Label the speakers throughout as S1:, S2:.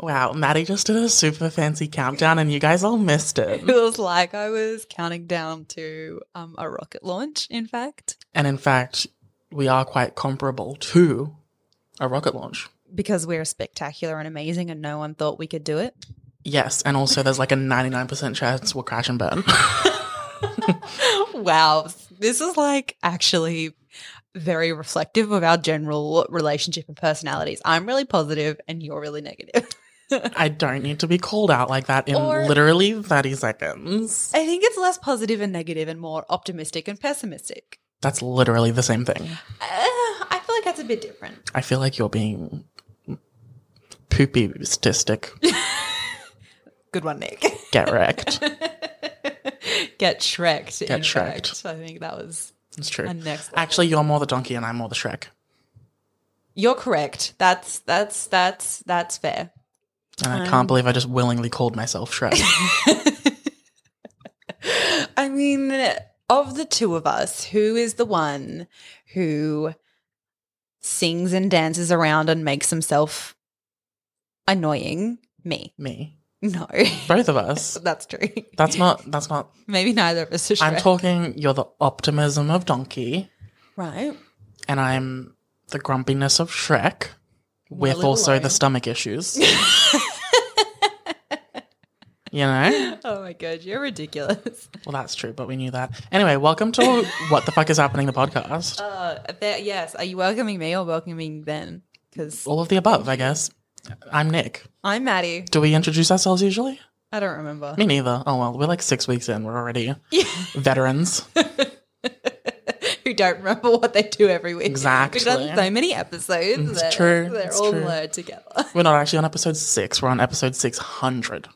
S1: Wow, Maddie just did a super fancy countdown and you guys all missed it.
S2: It was like I was counting down to um, a rocket launch, in fact.
S1: And in fact, we are quite comparable to a rocket launch.
S2: Because we're spectacular and amazing and no one thought we could do it.
S1: Yes, and also there's like a 99% chance we'll crash and burn.
S2: wow. This is like actually very reflective of our general relationship and personalities. I'm really positive and you're really negative.
S1: I don't need to be called out like that in
S2: Or-
S1: literally 30 seconds.
S2: I think it's less positive and negative and more optimistic and pessimistic.
S1: That's literally the same thing.
S2: Uh, I feel like that's a bit different.
S1: I feel like you're being poopy statistic.
S2: Good one, Nick.
S1: Get wrecked.
S2: Get Shreked.
S1: Get
S2: in
S1: Shreked.
S2: fact. I think that was
S1: It's true.
S2: a next.
S1: Actually, you're more the donkey and I'm more the Shrek.
S2: You're correct. That's that's that's that's fair.
S1: And I can't believe I just willingly called myself Shrek.
S2: I mean, of the two of us, who is the one who sings and dances around and makes himself annoying? Me.
S1: Me.
S2: No.
S1: Both of us.
S2: that's true.
S1: That's not that's not
S2: Maybe neither of us is
S1: I'm
S2: Shrek.
S1: talking you're the optimism of Donkey
S2: right.
S1: and I'm the grumpiness of Shrek with
S2: Well,
S1: also
S2: alone.
S1: the stomach issues. you know?
S2: Oh my god, you're ridiculous.
S1: Well that's true, but we knew that. Anyway, welcome to What the Fuck is Happening the podcast.
S2: Uh, that, yes. Are you welcoming me or welcoming Ben? Because
S1: All of the above, I guess. I'm Nick.
S2: I'm Maddie.
S1: Do we introduce ourselves usually?
S2: I don't remember.
S1: Me neither. Oh well, we're like six weeks in. We're already
S2: Yeah.
S1: veterans.
S2: Who don't remember what they do every week.
S1: Exactly.
S2: We've done so many episodes.
S1: It's
S2: that
S1: true,
S2: They're
S1: it's
S2: all
S1: true.
S2: blurred together.
S1: We're not actually on episode six. We're on episode six hundred.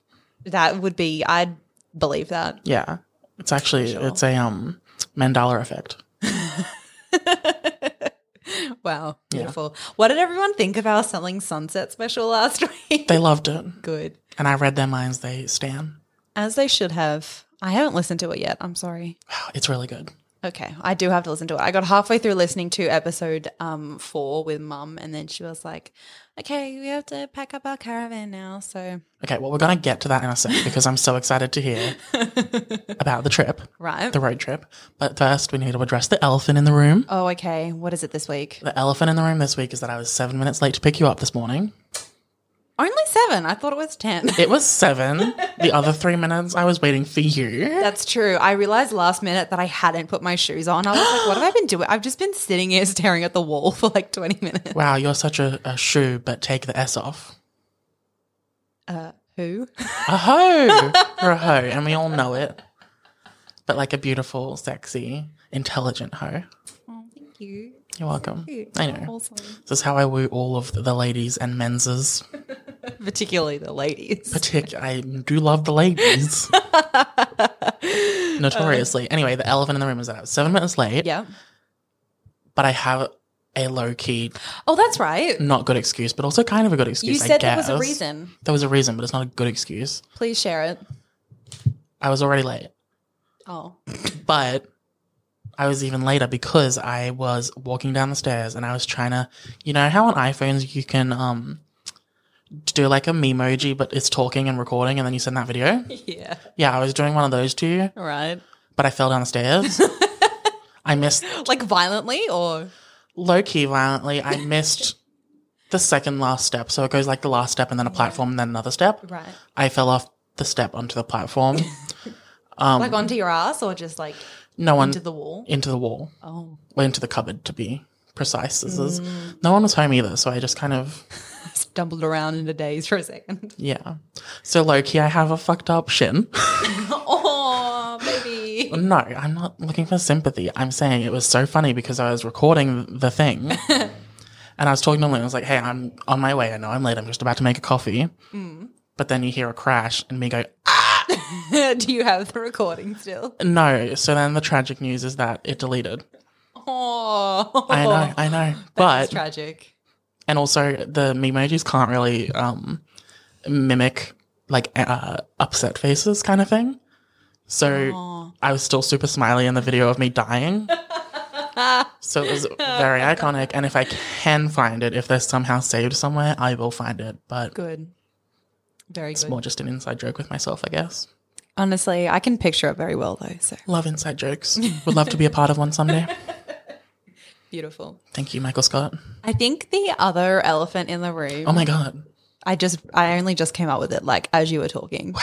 S2: That would be, I'd believe that.
S1: Yeah, it's actually it's a um Mandela effect.
S2: Wow. Beautiful. What did everyone think of our Selling Sunset special last week?
S1: They loved it,
S2: Good.
S1: and I read their minds. They stand.
S2: As they should have. I haven't listened to it yet. I'm sorry.
S1: It's really good.
S2: Okay, I do have to listen to it. I got halfway through listening to episode um four with mum, and then she was like, "Okay, we have to pack up our caravan now." So
S1: Okay, well we're gonna get to that in a sec because I'm so excited to hear about the trip,
S2: right.
S1: the road trip. But first, we need to address the elephant in the room.
S2: oh, okay. What is it this week?
S1: The elephant in the room this week is that I was seven minutes late to pick you up this morning.
S2: Only seven. I thought it was ten.
S1: It was seven. the other three minutes I was waiting for you.
S2: That's true. I realized last minute that I hadn't put my shoes on. I was like, "What have I been doing? I've just been sitting here staring at the wall for like twenty minutes."
S1: Wow, you're such a, a shoe, but take the S off.
S2: Who?
S1: A hoe. You're a hoe, and we all know it. But like a beautiful, sexy, intelligent hoe.
S2: Oh, thank you.
S1: You're welcome. I know.
S2: Also,
S1: This is how I woo all of the ladies and menses.
S2: particularly the ladies.
S1: Partic- I do love the ladies. Notoriously. Anyway, the elephant in the room is that I was seven minutes late,
S2: Yeah.
S1: but I have a low key,
S2: Oh, that's right.
S1: not good excuse, but also kind of a good excuse.
S2: You
S1: I
S2: said there was a
S1: guess.
S2: reason.
S1: There was a reason, but it's not a good excuse.
S2: Please share it.
S1: I was already late.
S2: Oh.
S1: but I was even later because I was walking down the stairs and I was trying to, you know, how on iPhones you can um do like a memoji, but it's talking and recording, and then you send that video.
S2: Yeah.
S1: Yeah, I was doing one of those to you,
S2: Right.
S1: but I fell down the stairs. I missed
S2: Like violently or
S1: low key violently. I missed the second last step, so it goes like the last step and then a platform and then another step.
S2: right.
S1: I fell off the step onto the platform. Um,
S2: Like onto your ass or just like
S1: no one
S2: into the wall.
S1: into the wall.
S2: Oh. Mm.
S1: went into the cupboard to be precise. This is no one was home either, so I just kind of
S2: Stumbled around in a daze for a second.
S1: yeah. So low key, I have a fucked up shin.
S2: oh, baby.
S1: No, I'm not looking for sympathy. I'm saying it was so funny because I was recording the thing and I was talking to Lynn. I was like, hey, I'm on my way. I know I'm late. I'm just about to make a coffee.
S2: Mm.
S1: But then you hear a crash and me go, "Uh,
S2: Do you have the recording still?
S1: no. So then the tragic news is that it deleted.
S2: Oh,
S1: I know, I know. but,
S2: That's tragic.
S1: and also the memojis can't really um, mimic like uh, upset faces kind of thing. So I was still super smiley in the video of me dying. so it was very iconic. And if I can find it, if they're somehow saved somewhere, I will find it. But
S2: Good. Very
S1: it's
S2: good.
S1: more just an inside joke with myself, I guess.
S2: Honestly, I can picture it very well though. So
S1: Love inside jokes. Would love to be a part of one someday.
S2: beautiful.
S1: Thank you, Michael Scott.
S2: I think the other elephant in the room.
S1: Oh my God.
S2: I just, I only just came up with it like as you were talking.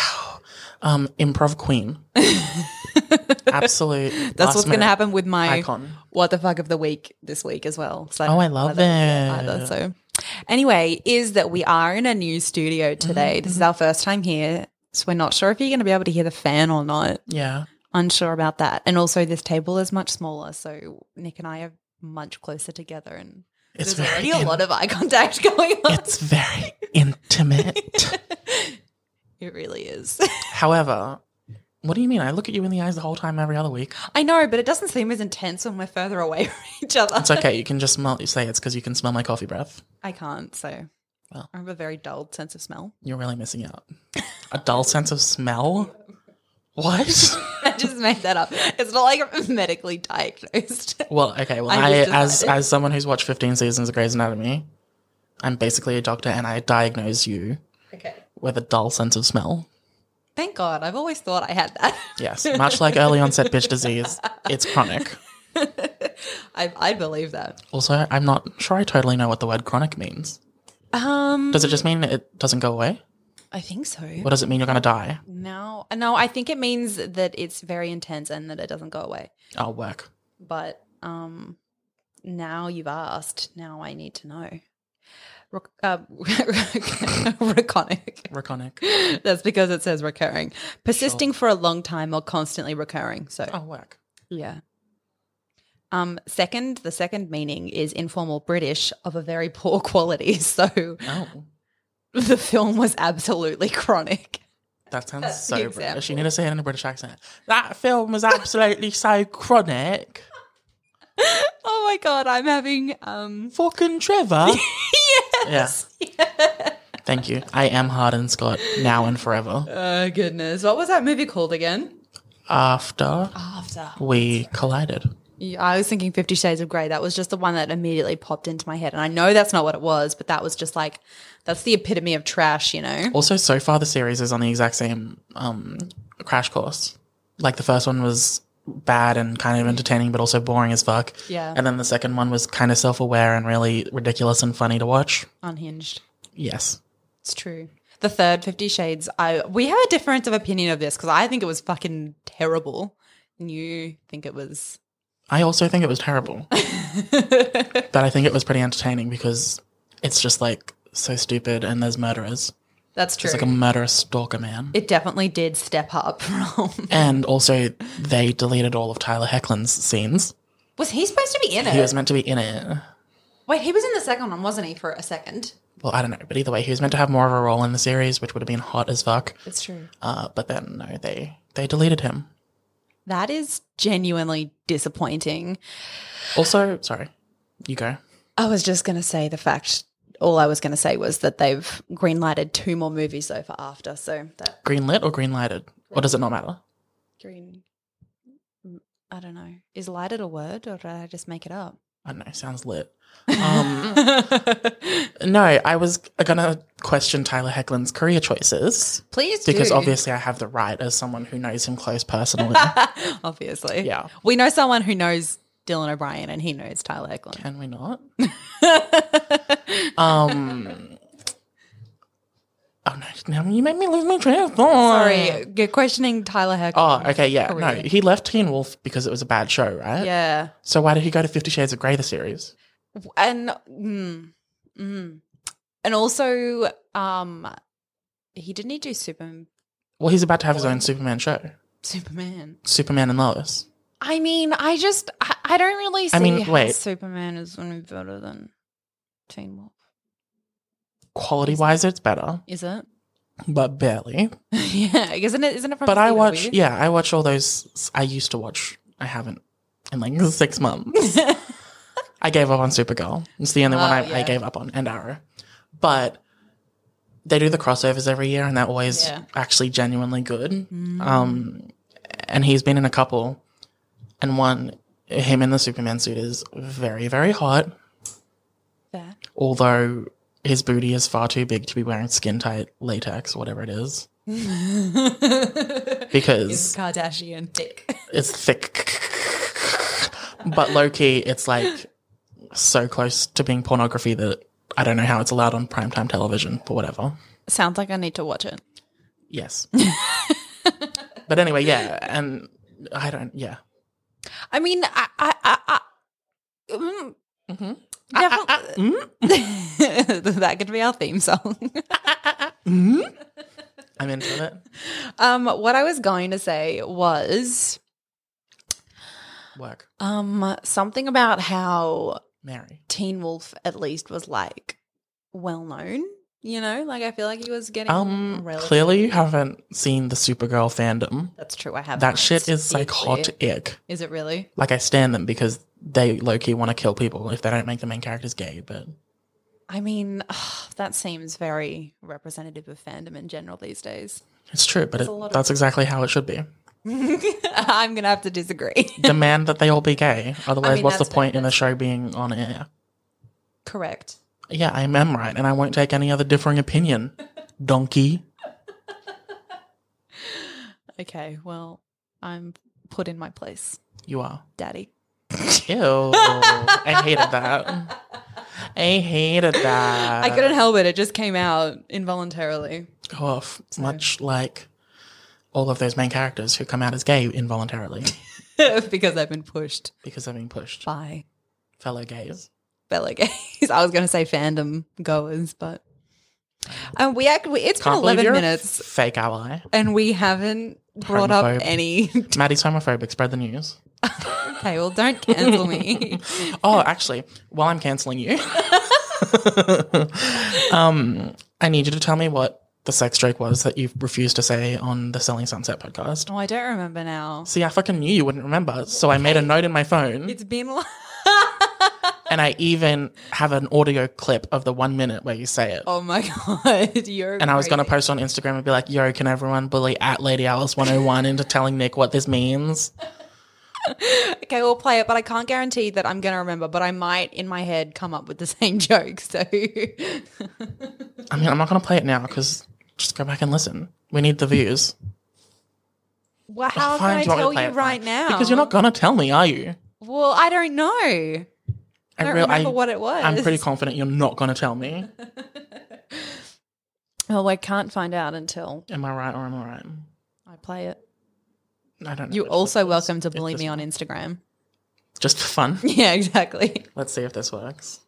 S1: Um, improv queen. Absolute.
S2: That's what's going to happen with my
S1: Icon.
S2: what the fuck of the week this week as well. So
S1: Oh, I love it.
S2: don't get either, so anyway, is that we are in a new studio today. This
S1: Mm.
S2: is our first time here, so we're not sure if you're going to be able to hear the fan or not.
S1: Yeah.
S2: Unsure about that, and also this table is much smaller, so Nick and I are much closer together, and
S1: It's
S2: there's
S1: very
S2: already a lot of eye contact going on.
S1: It's very intimate.
S2: It really is.
S1: However, what do you mean? I look at you in the eyes the whole time every other week.
S2: I know, but it doesn't seem as intense when we're further away from each other.
S1: It's okay. You can just smell. You say it's because you can smell my coffee breath.
S2: I can't, so
S1: Well.
S2: I have a very dulled sense of smell.
S1: You're really missing out. A dull sense of smell. What?
S2: I just made that up. It's not like I'm medically diagnosed.
S1: Well, okay. Well, I,
S2: I just
S1: as
S2: decided.
S1: as someone who's watched 15 seasons of Grey's Anatomy, I'm basically a doctor, and I diagnose you
S2: Okay.
S1: with a dull sense of smell.
S2: Thank God. I've always thought I had that.
S1: Yes, much like early onset bitch disease, it's chronic.
S2: I, I believe that.
S1: Also, I'm not sure I totally know what the word chronic means.
S2: Um,
S1: Does it just mean it doesn't go away?
S2: I think so.
S1: Or does it mean you're going to die?
S2: No, no. I think it means that it's very intense and that it doesn't go away.
S1: I'll work.
S2: But um, now you've asked. Now I need to know. Rec- uh, reconic.
S1: Reconic.
S2: That's because it says recurring. Persisting for a long time or constantly recurring. So
S1: I'll work.
S2: Yeah. Um, second, the second meaning is informal British of a very poor quality. So
S1: Oh,
S2: the film was absolutely chronic.
S1: that sounds
S2: That's the
S1: so British.
S2: example.
S1: You need to say it in a British accent. That film was absolutely so chronic.
S2: Oh my god, I'm having um
S1: Fucking Trevor. yes.
S2: yeah.
S1: Yeah. Thank you. I am Harden Scott now and forever.
S2: Oh goodness. What was that movie called again?
S1: After
S2: After.
S1: we collided.
S2: Yeah, I was thinking 50 Shades of Grey. That was just the one that immediately popped into my head. And I know that's not what it was, but that was just like that's the epitome of trash, you know.
S1: Also, so far the series is on the exact same um, crash course. Like the first one was bad and kind of entertaining, but also boring as fuck.
S2: Yeah.
S1: And then the second one was kind of self-aware and really ridiculous and funny to watch.
S2: Unhinged.
S1: Yes.
S2: It's true. The third Fifty Shades, I we have a difference of opinion of this because I think it was fucking terrible, and you think it was.
S1: I also think it was terrible, but I think it was pretty entertaining because it's just like so stupid and there's murderers.
S2: That's true.
S1: It's like a murderous stalker man.
S2: it definitely did step up from.
S1: and also, they deleted all of Tyler Hecklin's scenes.
S2: Was he supposed to be in it?
S1: He was meant to be in it.
S2: Wait, he was in the second one, wasn't he? For a second.
S1: Well, I don't know, but either way, he was meant to have more of a role in the series, which would have been hot as fuck.
S2: It's true.
S1: Uh, but then no, they they deleted him.
S2: That is genuinely disappointing.
S1: Also, sorry, you go.
S2: I was just gonna say the fact. All I was gonna say was that they've greenlighted two more movies so far after. So that
S1: Greenlit or green lighted, or does it not matter?
S2: green. I don't know. Is lighted a word, or did I just make it up?
S1: I don't know. Sounds lit. Um, no, I was gonna question Tyler Hecklin's career choices
S2: Please do.
S1: because obviously I have the right as someone who knows him close personally.
S2: obviously.
S1: yeah,
S2: We know someone who knows Dylan O'Brien and he knows Tyler Eklund.
S1: can we not? um. Oh no! now You made me lose my train of thought.
S2: Sorry, you're questioning Tyler Eklund.
S1: Oh, okay, yeah. No,
S2: Career.
S1: he left Teen Wolf because it was a bad show, right?
S2: Yeah.
S1: So why did he go to Fifty Shades of Grey, the series?
S2: And mm, mm. and also um he didn't he do Superman?
S1: Well, he's about to have his own Superman show.
S2: Superman.
S1: Superman and Lois.
S2: I mean, I just I, I don't really see
S1: I mean,
S2: how
S1: wait.
S2: Superman is any better than Teen Wolf.
S1: Quality wise, it's better,
S2: Is it?
S1: but barely.
S2: yeah, isn't it? Isn't it from?
S1: But I
S2: CW?
S1: watch, yeah, I watch all those. I used to watch. I haven't in like six months. I gave up on Supergirl. It's the only one
S2: Oh,
S1: I, I
S2: yeah.
S1: gave up on, and Arrow. But they do the crossovers every year, and they're always
S2: Yeah. Mm.
S1: actually genuinely good. Um, and he's been in a couple, and one him in the Superman suit is very very hot.
S2: Fair.
S1: Although his booty is far too big to be wearing skin tight latex, whatever it is, because
S2: Kardashian thick.
S1: it's thick. but low key, it's like so close to being pornography that I don't know how it's allowed on primetime television, but whatever.
S2: Sounds like I need to watch it.
S1: Yes. but anyway, yeah. And I don't, yeah.
S2: I mean, I, I, I, I mm,
S1: Mhm.
S2: definitely.
S1: Mm?
S2: that could be our theme song.
S1: Mm? I'm into it.
S2: um, what I was going to say was
S1: Work.
S2: um something about how
S1: Mary.
S2: Teen Wolf at least was like well known. You know, like I feel like he was getting
S1: Um,
S2: relative-
S1: clearly you haven't seen the Supergirl fandom.
S2: That's true. I have
S1: That shit is like hot ick.
S2: Is it really?
S1: Like I stand them because they low key want to kill people if they don't make the main characters gay, but
S2: I mean, that seems very representative of fandom in general these days.
S1: It's true, but
S2: a
S1: it,
S2: lot of-
S1: that's exactly how it should be.
S2: I'm gonna have to disagree.
S1: Demand that they all be gay. Otherwise,
S2: mean,
S1: what's the
S2: that's-
S1: point in the show being on air?
S2: Correct.
S1: Yeah, I am right, and I won't take any other differing opinion. Donkey.
S2: Okay. Well, I'm put in my place,
S1: You are.
S2: Daddy.
S1: Ew. I hated that. I hated that.
S2: I couldn't help it. It just came out involuntarily.
S1: go off. Much like all of those main characters who come out as gay involuntarily
S2: because I've been pushed
S1: because they're being pushed.
S2: by
S1: Fellow gays.
S2: fellow gays. I was going to say fandom goers, but um, we act. We, it's been
S1: Can't believe
S2: eleven
S1: you're a
S2: minutes,
S1: fake ally.
S2: and we haven't brought
S1: Homophobe.
S2: up any.
S1: Maddie's homophobic. Spread the news.
S2: okay, well, don't cancel me.
S1: Oh, actually, while I'm canceling you, um, I need you to tell me what the sex joke was that you refused to say on the Selling Sunset podcast.
S2: oh, I don't remember now.
S1: See, I fucking knew you wouldn't remember, so I made a note in my phone,
S2: It's been. Like-
S1: and I even have an audio clip of the one minute where you say it.
S2: oh my god, you're.
S1: And I was going to
S2: crazy.
S1: post on Instagram and be like, yo, can everyone bully at Lady Alice 101 into telling Nick what this means?
S2: Okay, we'll play it, but I can't guarantee that I'm going to remember. But I might, in my head, come up with the same joke. So
S1: I mean, I'm not going to play it now because just go back and listen. We need the views.
S2: well, how
S1: Fine, do
S2: can I
S1: want me to
S2: tell
S1: play
S2: you
S1: it?
S2: right
S1: Fine.
S2: now?
S1: Because you're not going to tell me, are you?
S2: Well, I don't know. I don't
S1: real-
S2: remember what it was.
S1: I'm pretty confident you're not going to tell me.
S2: Oh, I can't find out until
S1: Am I right or am I right?
S2: I play it.
S1: I don't know.
S2: You're
S1: which
S2: also
S1: one it is.
S2: welcome to
S1: It's
S2: bully
S1: this
S2: me on
S1: one.
S2: Instagram.
S1: Just for fun.
S2: Yeah, exactly.
S1: Let's see if this works.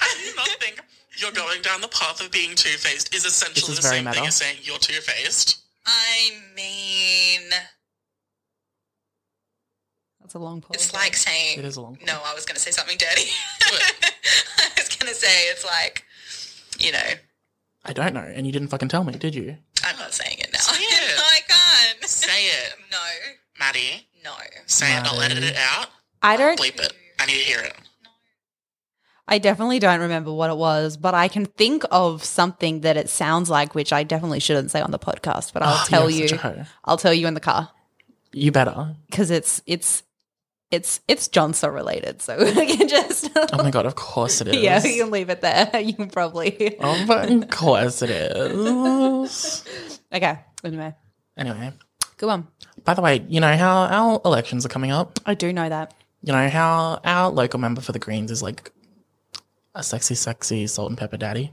S3: you must think you're going down the path of being two faced is essentially
S1: This is
S3: the
S1: very
S3: same
S1: meta.
S3: thing as saying you're two faced.
S4: I mean,
S2: That's a long pause.
S4: it's
S3: Oh,
S4: like saying.
S1: It is a long.
S4: No, I was going to say something dirty.
S3: What?
S4: I was going to say it's like, you know,
S1: I don't know. And you didn't fucking tell me, did you?
S4: I'm not saying it now.
S3: Say it.
S4: no, I can't.
S3: Say it,
S4: No,
S3: Maddie.
S4: no.
S3: Say it. I'll edit it out.
S2: I don't.
S3: Bleep it. I need to hear it.
S2: I definitely don't remember what it was, but I can think of something that it sounds like, which I definitely shouldn't say on the podcast. But I'll
S1: Oh,
S2: tell
S1: you're
S2: you.
S1: such a hoe.
S2: I'll tell you in the car
S1: You better.
S2: because it's it's it's it's Johnson related. So we can just
S1: Oh my god, of course it is.
S2: yeah, you can leave it there. You can probably
S1: Oh, but of course it is.
S2: okay. Anyway,
S1: Anyway,
S2: go on.
S1: by the way, you know how our elections are coming up?
S2: I do know that.
S1: You know how our local member for the Greens is like a sexy, sexy salt and pepper daddy?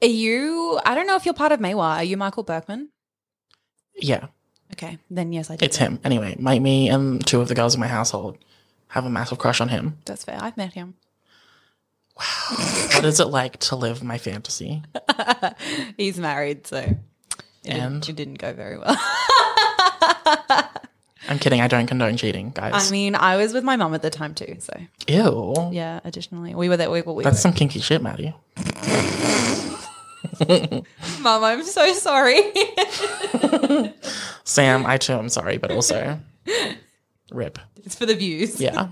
S2: Are you? I don't know if you're part of Maywa. Are you Michael Berkman?
S1: Yeah.
S2: Okay, then yes, I do.
S1: It's him. Anyway, my, me and two of the girls in my household have a massive crush on him.
S2: That's fair. I've met him.
S1: What is it like to live my fantasy?
S2: He's married, so It didn't-
S1: And-
S2: it didn't go very well.
S1: I'm kidding. I don't condone cheating, guys.
S2: I mean, I was with my mum at the time too, so
S1: Ew.
S2: yeah. Additionally, we were there. We, we
S1: That's some kinky shit, Maddie.
S2: were, mum. I'm so sorry.
S1: Sam, I too am sorry, but also rip.
S2: it's for the views.
S1: Yeah.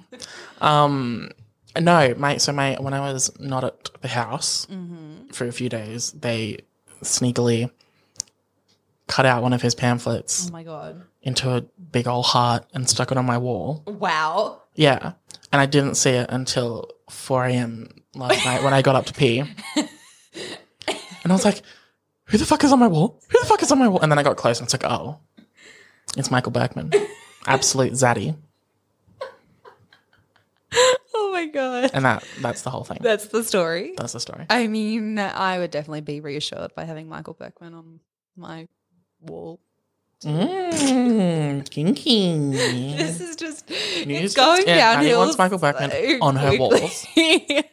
S1: Um no, my so my when I was not at the house
S2: Mm-hmm.
S1: for a few days, they sneakily cut out one of his pamphlets
S2: Oh my god.
S1: into a big old heart and stuck it on my wall.
S2: Wow.
S1: Yeah. And I didn't see it until 4 a.m. last night when I got up to pee. And I was like, who the fuck is on my wall? Who the fuck is on my wall? And then I got close and it's like, oh, it's Michael Bergman. Absolute zaddy.
S2: Oh my god.
S1: And that that's the whole thing.
S2: That's the story.
S1: That's the story.
S2: I mean, I would definitely be reassured by having Michael Berkman on my wall.
S1: Mmm, kinky.
S2: This is just
S1: News
S2: it's going
S1: just in. Maddie
S2: downhill.
S1: wants Michael Berkman
S2: so
S1: on her
S2: quickly.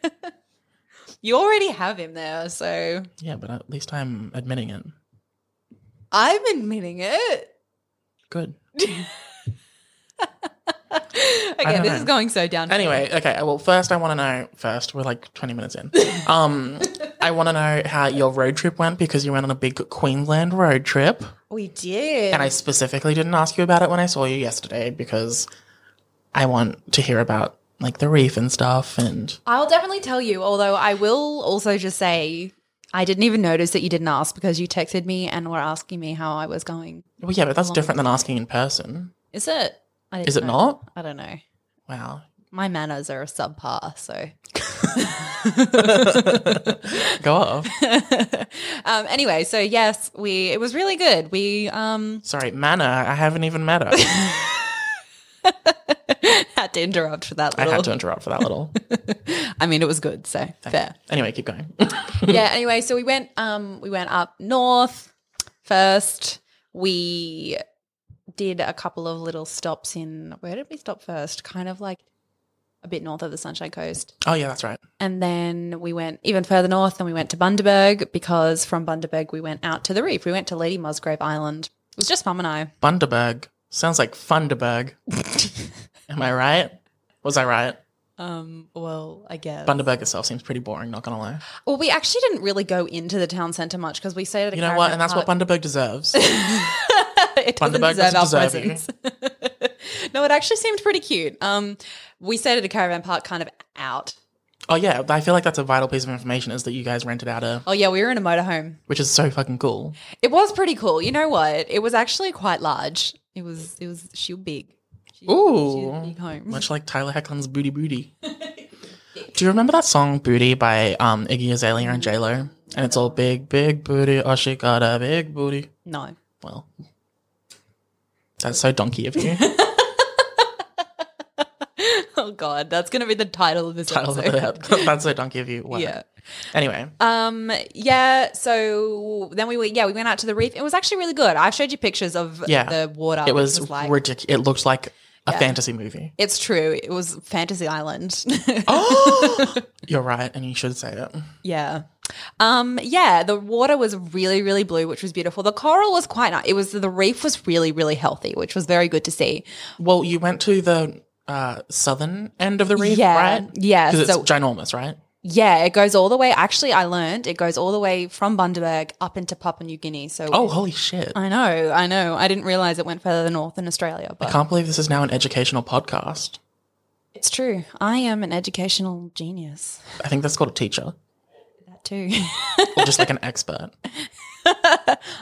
S2: you already have him there, so
S1: Yeah, but at least I'm admitting it.
S2: I'm admitting it.
S1: Good.
S2: okay,
S1: don't
S2: this
S1: know.
S2: is going so down.
S1: Anyway, okay. Well, first I want to know. First, we're like twenty minutes in. Um, I want to know how your road trip went because you went on a big Queensland road trip,
S2: we did.
S1: and I specifically didn't ask you about it when I saw you yesterday because I want to hear about like the reef and stuff. And
S2: I'll definitely tell you. Although I will also just say, I didn't even notice that you didn't ask because you texted me and were asking me how I was going.
S1: well, yeah, but that's different than asking in person.
S2: Is it? I didn't
S1: Is it
S2: know.
S1: not?
S2: I don't know.
S1: Wow.
S2: My manners are a subpar, so
S1: Go off.
S2: um, anyway, so yes, we it was really good. We um
S1: Sorry, manner. I haven't even met her.
S2: had to interrupt for that
S1: I
S2: little. I,
S1: had to interrupt for that little.
S2: mean, it was good, so fair.
S1: Anyway, keep going.
S2: yeah. Anyway, so we went um we went up north first. We did a couple of little stops in where did we stop first? Kind of like a bit north of the Sunshine Coast.
S1: oh yeah, that's right.
S2: And then we went even further north and we went to Bundaberg because from Bundaberg we went out to the reef. We went to Lady Musgrave Island. It was just Mum and I.
S1: Bundaberg sounds like Funderberg. Am I right? Was I right?
S2: Um, well, I guess.
S1: Bundaberg itself seems pretty boring. Not gonna lie.
S2: well, we actually didn't really go into the town centre much because we stayed at a
S1: You know what?
S2: caravan
S1: And that's what
S2: park.
S1: Bundaberg deserves.
S2: it doesn't
S1: Bundaberg
S2: deserve
S1: doesn't
S2: our
S1: deserve you.
S2: presence. no, it actually seemed pretty cute. Um, we stayed at a caravan park kind of out.
S1: oh yeah, I feel like that's a vital piece of information is that you guys rented out a,
S2: Oh yeah, we were in a motorhome.
S1: which is so fucking cool.
S2: It was pretty cool. You know what? It was actually quite large. It was it was she was big. She, she
S1: Ooh.
S2: was a big home.
S1: Much like Tyler Hecklin's Booty Booty. Do you remember that song Booty by um, Iggy Azalea and J Lo? And it's all big, big booty. Oh, she got a big booty.
S2: No.
S1: Well, that's so donkey of you.
S2: Oh god, that's gonna be the title of this
S1: Title of
S2: episode.
S1: the episode. that's Uh, so donkey of you. Wow.
S2: Yeah.
S1: Anyway,
S2: Um. Yeah. So then we went. Yeah, we went out to the reef. It was actually really good. I showed you pictures of
S1: Yeah.
S2: the water.
S1: it was,
S2: like
S1: ridiculous. It looked like a
S2: Yeah.
S1: fantasy movie.
S2: it's true. It was Fantasy Island.
S1: You're right, and you should say it.
S2: yeah. Um. Yeah. The water was really, really blue, which was beautiful. The coral was quite nice. It was the reef was really, really healthy, which was very good to see.
S1: Well, you went to the uh, southern end of the reef,
S2: Yeah,
S1: right?
S2: yeah,
S1: Because
S2: so-
S1: it's ginormous, right?
S2: Yeah, it goes all the way. Actually, I learned it goes all the way from Bundaberg up into Papua New Guinea. So
S1: Oh, holy shit. I
S2: I know, I know. I didn't realize it went further north in Australia, but
S1: can't believe this is now an educational podcast.
S2: It's true. I am an educational genius.
S1: I think that's called a teacher
S2: That too.
S1: or just like an expert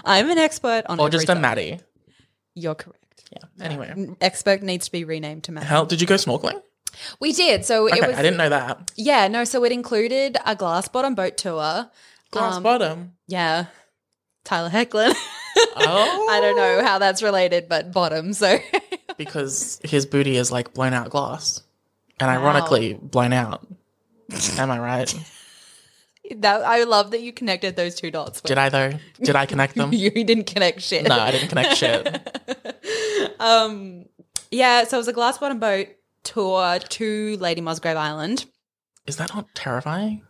S2: I'm an expert on.
S1: or just a
S2: everything.
S1: Maddie.
S2: You're correct.
S1: Yeah. Anyway,
S2: Expert needs to be renamed to Matt.
S1: how did you go snorkeling?
S2: We did. So
S1: Okay,
S2: it was. um,
S1: I didn't know that.
S2: Yeah, no. So it included a glass bottom boat tour.
S1: Glass
S2: Um,
S1: bottom.
S2: Yeah. Tyler Hecklin.
S1: Oh,
S2: I don't know how that's related, but bottom. So
S1: because his booty is like blown out glass and ironically blown out. Am I right?
S2: that I love that you connected those two dots.
S1: Did I though? Did I connect them?
S2: you didn't connect shit.
S1: No, I didn't connect shit.
S2: Um, yeah. So it was a glass bottom boat tour to Lady Musgrave Island.
S1: Is that not terrifying?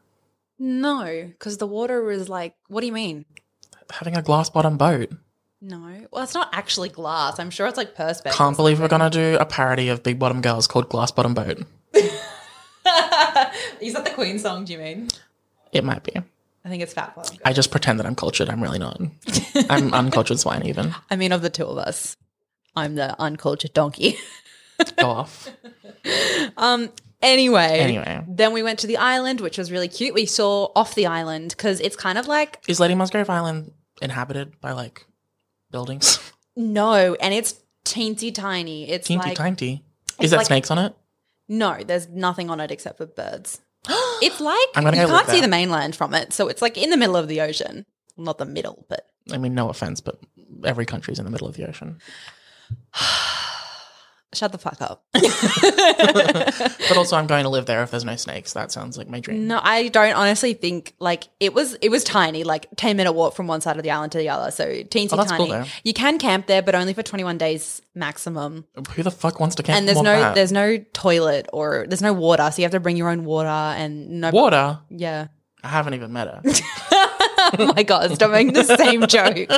S2: No, because the water is like, what do you mean?
S1: Having a glass bottom boat.
S2: No. Well, it's not actually glass. I'm sure it's like perspex.
S1: Can't believe we're gonna do a parody of Big Bottom Girls called Glass Bottom Boat.
S2: Is that the Queen song, do you mean?
S1: It might be.
S2: I think it's Fat Bottom Girl.
S1: I just pretend that I'm cultured. I'm really not. I'm uncultured swine. Even
S2: I mean, of the two of us, I'm the uncultured donkey.
S1: go off.
S2: Um. Anyway.
S1: Anyway.
S2: Then we went to the island, which was really cute. We saw off the island because it's kind of like
S1: Is Lady Musgrave Island inhabited by like buildings?
S2: no, and it's teensy tiny. It's
S1: Teenty
S2: like
S1: tiny.
S2: it's
S1: Is that
S2: like-
S1: snakes on it?
S2: no, there's nothing on it except for birds. It's like
S1: I'm gonna
S2: you
S1: go look
S2: can't see
S1: that.
S2: the mainland from it, so it's like in the middle of the ocean. Not the middle, but
S1: I mean, no offense, but every country's in the middle of the ocean.
S2: shut the fuck up.
S1: But also, I'm going to live there if there's no snakes. That sounds like my dream.
S2: No, I don't honestly think like it was it was tiny, like ten minute walk from one side of the island to the other. So teensy
S1: Oh, that's cool
S2: tiny.
S1: though.
S2: you can camp there, but only for twenty one days maximum.
S1: Who the fuck wants to camp?
S2: and there's
S1: more
S2: no
S1: than that?
S2: there's no toilet or there's no water, so you have to bring your own water and no
S1: water.
S2: Yeah.
S1: I haven't even met her.
S2: oh my god, stop making the same joke.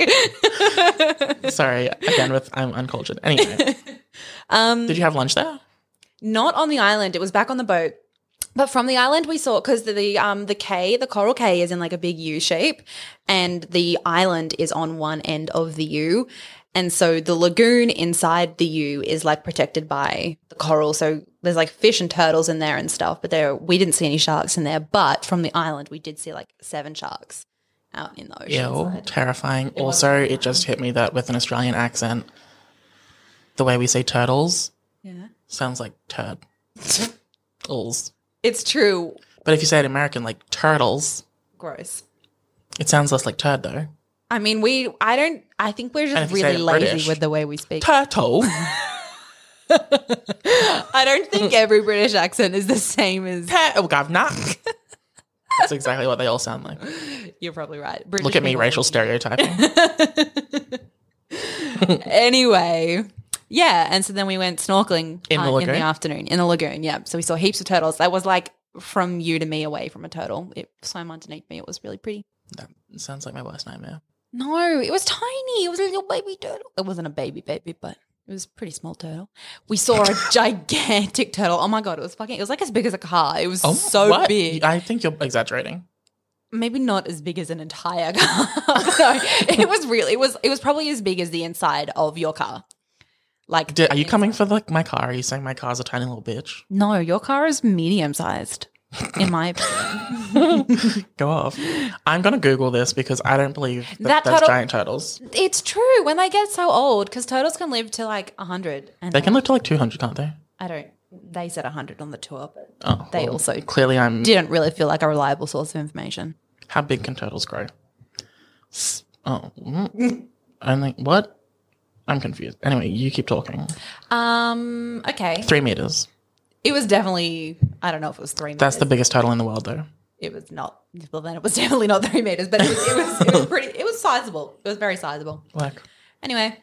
S1: Sorry, again with I'm uncultured. Anyway,
S2: Um
S1: did you have lunch there?
S2: not on the island. It was back on the boat. But from the island, we saw because the, the um the K, the coral K, is in like a big U shape, and the island is on one end of the U, and so the lagoon inside the U is like protected by the coral. So there's like fish and turtles in there and stuff. But there we didn't see any sharks in there. But from the island, we did see like seven sharks out in the ocean.
S1: Ew,
S2: side.
S1: terrifying. also, it just hit me that with an Australian accent, the way we say turtles
S2: Yeah,
S1: sounds like turd. Turtles.
S2: it's true.
S1: But if you say it American, like turtles,
S2: Gross.
S1: it sounds less like turd though.
S2: I mean, we. I don't. I think we're
S1: And if
S2: just
S1: you say
S2: really
S1: it
S2: lazy
S1: British-
S2: with the way we speak.
S1: Turtle.
S2: I don't think every British accent is the same as.
S1: Turtle oh, governor. That's exactly what they all sound like.
S2: You're probably right. British
S1: Look at me,
S2: people-
S1: racial stereotyping.
S2: Anyway, yeah, and so then we went snorkeling uh,
S1: In the
S2: in
S1: lagoon?
S2: the afternoon in the lagoon. Yeah, so we saw heaps of turtles. That was like from you to me away from a turtle. It swam underneath me. It was really pretty.
S1: That sounds like my worst nightmare.
S2: No, it was tiny. It was a little baby turtle. It wasn't a baby baby, but it was a pretty small turtle. We saw a gigantic turtle. Oh my god, it was fucking. It was like as big as a car. It was so
S1: Oh, what?
S2: big.
S1: I think you're exaggerating.
S2: maybe not as big as an entire car. no, it was really it was it was probably as big as the inside of your car. Like
S1: Did, are you coming for like my car? Are you saying my car's a tiny little bitch?
S2: no, your car is medium sized, in my opinion.
S1: Go off. I'm gonna Google this because I don't believe that,
S2: That
S1: there's
S2: turtle-
S1: giant turtles.
S2: it's true when they get so old because turtles can live to like hundred. And
S1: They can live to like 200, can't they?
S2: I don't. They said hundred on the tour, but
S1: Oh,
S2: They
S1: well,
S2: also-
S1: clearly I'm.
S2: didn't really feel like a reliable source of information.
S1: How big can turtles grow? S- Oh, mm. only what? I'm confused. Anyway, you keep talking.
S2: Um. Okay.
S1: Three meters.
S2: It was definitely. I don't know if it was three.
S1: That's the
S2: meters.
S1: biggest turtle in the world, though.
S2: It was not. Well, then it was definitely not three meters, but it was. It was, it was pretty. It was sizable. It was very sizable.
S1: Like,
S2: Anyway,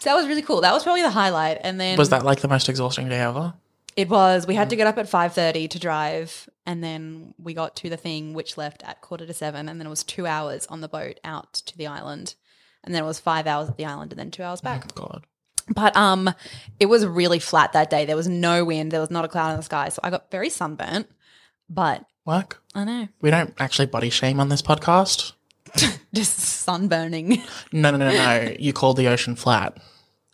S2: so that was really cool. That was probably the highlight. And then
S1: was that like the most exhausting day ever?
S2: it was we had to get up at five thirty to drive, and then we got to the thing which left at quarter to seven, and then it was two hours on the boat out to the island, and then it was five hours at the island, and then two hours back.
S1: God.
S2: But um, it was really flat that day. There was no wind. There was not a cloud in the sky, so I got very sunburnt. But
S1: Work.
S2: I know,
S1: We don't actually body shame on this podcast.
S2: just sunburning.
S1: No, no, no, no. you called the ocean flat.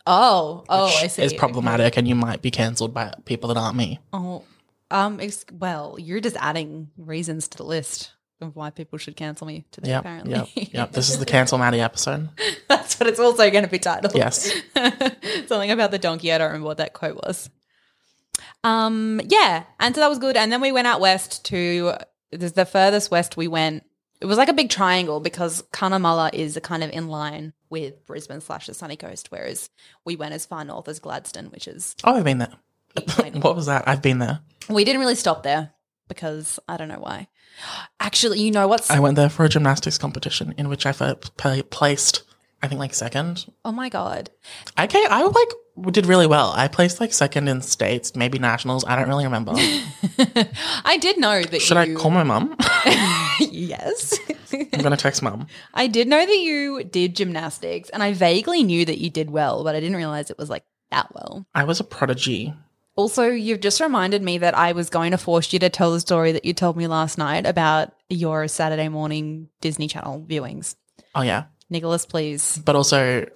S2: oh, oh, I
S1: which
S2: see.
S1: Is problematic, and you might be cancelled by people that aren't me.
S2: Oh, um, ex- well, you're just adding reasons to the list of why people should cancel me today.
S1: Yep,
S2: apparently,
S1: yep, yep. This is the cancel Maddie episode.
S2: that's what it's also going to be titled.
S1: Yes.
S2: something about the donkey. I don't remember what that quote was. Um, yeah, and so that was good. And then we went out west to this is the furthest west we went. It was like a big triangle because Cunnamulla is kind of in line with Brisbane slash the sunny coast, whereas we went as far north as Gladstone, which is
S1: Oh, I've been there.
S2: Fine.
S1: what was that? I've been there.
S2: We didn't really stop there because I don't know why. Actually, you know what's
S1: I went there for a gymnastics competition in which I fir- pla- placed, I think, like second.
S2: oh my god.
S1: Okay, I like we did really well. I placed like second in states, maybe nationals. I don't really remember.
S2: I did know that
S1: Should I
S2: you-
S1: call my mum?
S2: yes.
S1: I'm gonna text mum.
S2: I did know that you did gymnastics and I vaguely knew that you did well, but I didn't realize it was like that well.
S1: I was a prodigy.
S2: Also, you've just reminded me that I was going to force you to tell the story that you told me last night about your Saturday morning Disney Channel viewings.
S1: Oh yeah,
S2: Nicholas, please.
S1: but also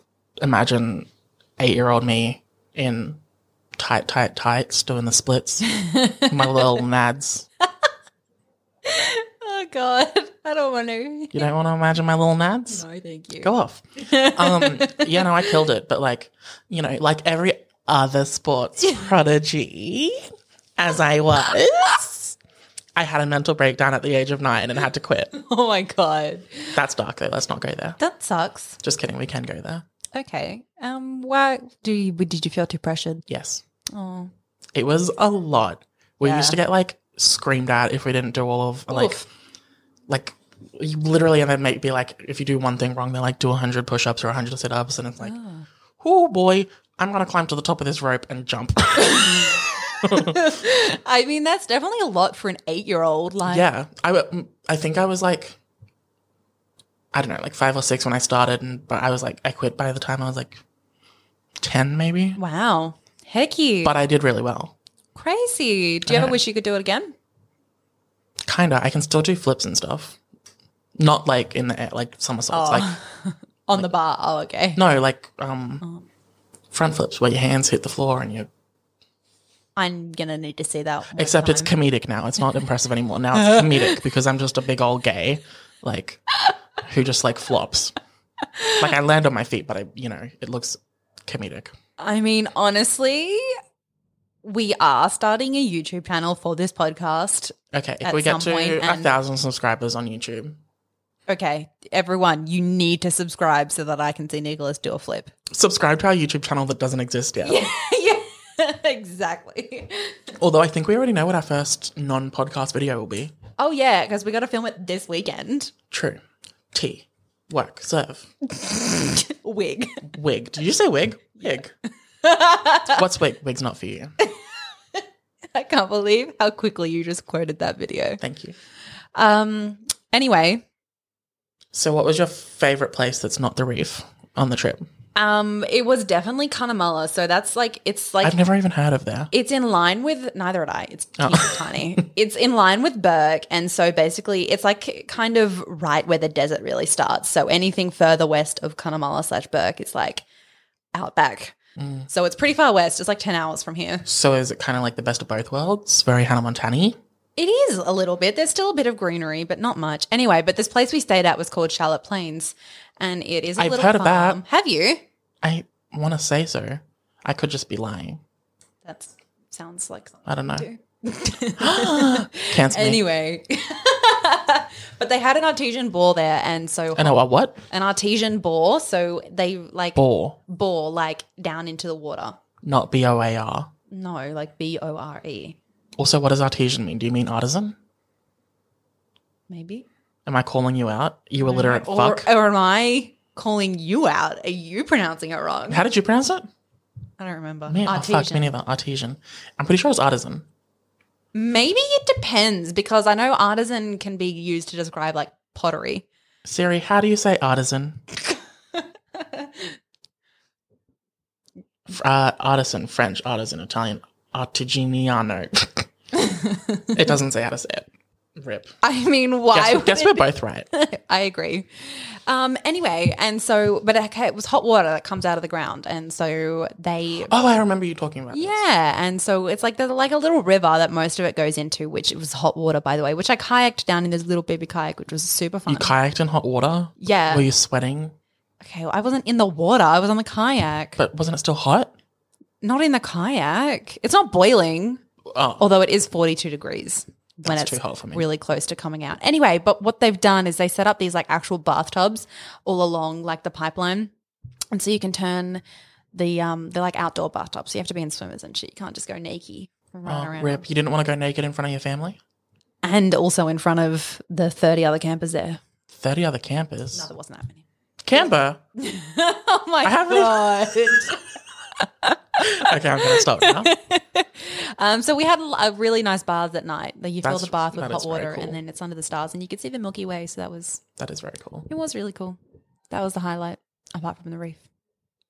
S1: imagine eight year old me in tight, tight tights doing the splits, my little nads.
S2: Oh God, I don't want to.
S1: You don't want to imagine my little nads?
S2: No, thank you.
S1: Go off. Um, yeah, no, I killed it. But like, you know, like every other sports prodigy, as I was, I had a mental breakdown at the age of nine and had to quit.
S2: Oh my God,
S1: That's dark though. Let's not go there.
S2: that sucks.
S1: Just kidding. We can go there.
S2: Okay. Um. Why do you? Did you feel too pressured?
S1: Yes.
S2: Oh.
S1: It was a lot. We
S2: Yeah.
S1: used to get like screamed at if we didn't do all of like,
S2: Oof.
S1: like you literally, and then might be like, if you do one thing wrong, they're like, do 100 push ups or 100 sit ups. And it's like,
S2: Ah.
S1: oh boy, I'm going to climb to the top of this rope and jump.
S2: I mean, that's definitely a lot for an eight-year-old. Like,
S1: yeah. I, w- I think I was like, I don't know, like five or six when I started. And, but I was like, I quit by the time I was like 10, maybe.
S2: Wow. Heck you.
S1: But I did really well.
S2: Crazy. Do you ever wish you could do it again?
S1: Kinda. I can still do flips and stuff. Not like in the air, like somersaults. Like
S2: On the bar. Oh, okay.
S1: No, like um, front flips where your hands hit the floor and you.
S2: I'm gonna need to see that. One
S1: Except it's
S2: time.
S1: comedic now. It's not impressive anymore. Now it's comedic because I'm just a big old gay, like, who just like flops. Like I land on my feet, but I, you know, it looks comedic.
S2: I mean, honestly, we are starting a YouTube channel for this podcast.
S1: Okay, if
S2: At
S1: we
S2: some
S1: get
S2: point
S1: to a
S2: and-
S1: thousand subscribers on YouTube,
S2: Okay, everyone, you need to subscribe so that I can see Nicholas do a flip.
S1: subscribe to our YouTube channel that doesn't exist yet.
S2: yeah, exactly.
S1: Although I think we already know what our first non-podcast video will be.
S2: Oh yeah, because we got to film it this weekend.
S1: True. Tea. Work. Serve.
S2: Wig.
S1: Wig. Did you say wig? Wig. What's wig? Wig's not for you.
S2: I can't believe how quickly you just quoted that video.
S1: Thank you.
S2: Um. Anyway,
S1: So, what was your favorite place that's not the reef on the trip?
S2: um, it was definitely Cunnamulla. So that's like it's like
S1: I've never even heard of there.
S2: It's in line with neither had I. It's
S1: Oh.
S2: teeny tiny. It's in line with Burke, and so basically, it's like kind of right where the desert really starts. So anything further west of Cunnamulla slash Burke is like out back.
S1: Mm.
S2: So it's pretty far west. It's like ten hours from here.
S1: So, is it kind of like the best of both worlds? Very Hannah Montana.
S2: It is a little bit. There's still a bit of greenery, but not much. Anyway, but this place we stayed at was called Charlotte Plains, and it is. A
S1: I've
S2: little
S1: heard of that.
S2: farm. Have you?
S1: I want to say so. I could just be lying.
S2: That sounds like.
S1: I don't know.
S2: something.
S1: Cancel me.
S2: Anyway. but they had an artesian bore there and so
S1: And a what?
S2: an artesian bore, so they like bore,
S1: Bore,
S2: like down into the water.
S1: not B O A R.
S2: No, like B O R E.
S1: Also, what does artesian mean? Do you mean artisan?
S2: Maybe.
S1: Am I calling you out? You illiterate
S2: Or,
S1: fuck.
S2: or am I calling you out? Are you pronouncing it wrong?
S1: How did you pronounce it?
S2: I don't remember.
S1: Me, oh, fuck, me
S2: Artesian.
S1: neither. Artesian. I'm pretty sure it's artisan.
S2: Maybe it depends because I know artisan can be used to describe like pottery.
S1: Siri, how do you say artisan? F- uh, artisan, French, artisan, Italian, artigiano. it doesn't say how to say it. Rip.
S2: I mean, why
S1: Guess,
S2: would
S1: guess
S2: it
S1: we're
S2: be-
S1: both right.
S2: I agree. Um, anyway, and so, but okay, it was hot water that comes out of the ground, and so they,
S1: Oh, I remember you talking about this.
S2: yeah, and so it's like there's like a little river that most of it goes into, which it was hot water, by the way, which I kayaked down in this little baby kayak, which was super fun.
S1: You kayaked in hot water?
S2: yeah.
S1: Were you sweating?
S2: okay, well, I wasn't in the water; I was on the kayak,
S1: But wasn't it still hot?
S2: not in the kayak. It's not boiling,
S1: Oh,
S2: although it is 42 degrees when
S1: That's
S2: it's
S1: too hot for me.
S2: really close to coming out. Anyway, but what they've done is they set up these like actual bathtubs all along like the pipeline. And so you can turn the um they're like outdoor bathtubs. So you have to be in swimmers and shit. You can't just go naked and run
S1: oh,
S2: around.
S1: rip. You didn't want to go naked in front of your family?
S2: And also in front of the 30 other campers there.
S1: 30 other campers.
S2: No, there wasn't that many.
S1: Camper?
S2: oh my
S1: I haven't
S2: god.
S1: okay, I'm gonna stop now.
S2: um, so we had a a really nice bath that night. Like you fill
S1: That's-
S2: the bath with
S1: that
S2: hot
S1: is very
S2: water,
S1: cool.
S2: and then it's under the stars, and you could see the Milky Way. So that was
S1: That is very cool.
S2: it was really cool. That was the highlight, apart from the reef.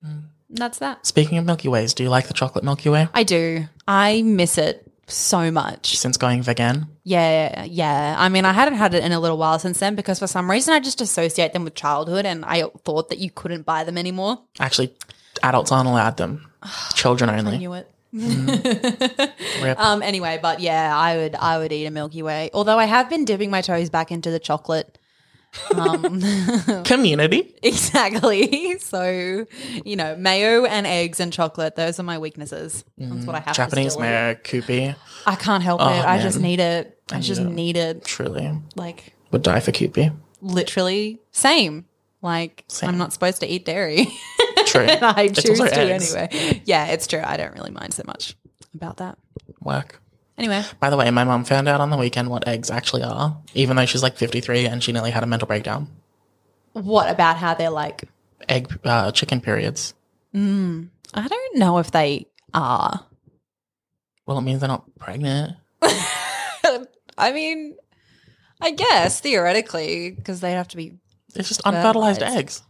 S1: Mm.
S2: And That's that.
S1: Speaking of Milky Ways, do you like the chocolate Milky Way?
S2: I do. I miss it so much.
S1: Since going vegan,
S2: Yeah, yeah. I mean, I hadn't had it in a little while since then because for some reason I just associate them with childhood, and I thought that you couldn't buy them anymore.
S1: actually, adults aren't allowed them. Children
S2: I
S1: only.
S2: knew it.
S1: Mm. Rip.
S2: um. Anyway, but yeah, I would I would eat a Milky Way. Although I have been dipping my toes back into the chocolate. Um,
S1: Community.
S2: exactly. So you know, mayo and eggs and chocolate. Those are my weaknesses. That's what I have. to
S1: Japanese
S2: still eat.
S1: mayo, kupi.
S2: I can't help it.
S1: Oh,
S2: I just
S1: man.
S2: need it. I,
S1: need
S2: just
S1: it.
S2: need it.
S1: Truly,
S2: Like
S1: would die for kupi.
S2: literally, same. Like
S1: Same.
S2: I'm not supposed to eat dairy.
S1: True.
S2: and I
S1: It's
S2: choose
S1: also
S2: to
S1: eggs.
S2: anyway. Yeah, it's true. I don't really mind so much about that.
S1: Work.
S2: Anyway,
S1: By the way, my mum found out on the weekend what eggs actually are, even though she's like 53 and she nearly had a mental breakdown.
S2: what about how they're like?
S1: Egg, uh, chicken periods.
S2: Mm, I don't know if they are.
S1: Well, it means they're not pregnant.
S2: I mean, I guess theoretically, because they'd have to be.
S1: It's just unfertilized
S2: Fertilized.
S1: eggs.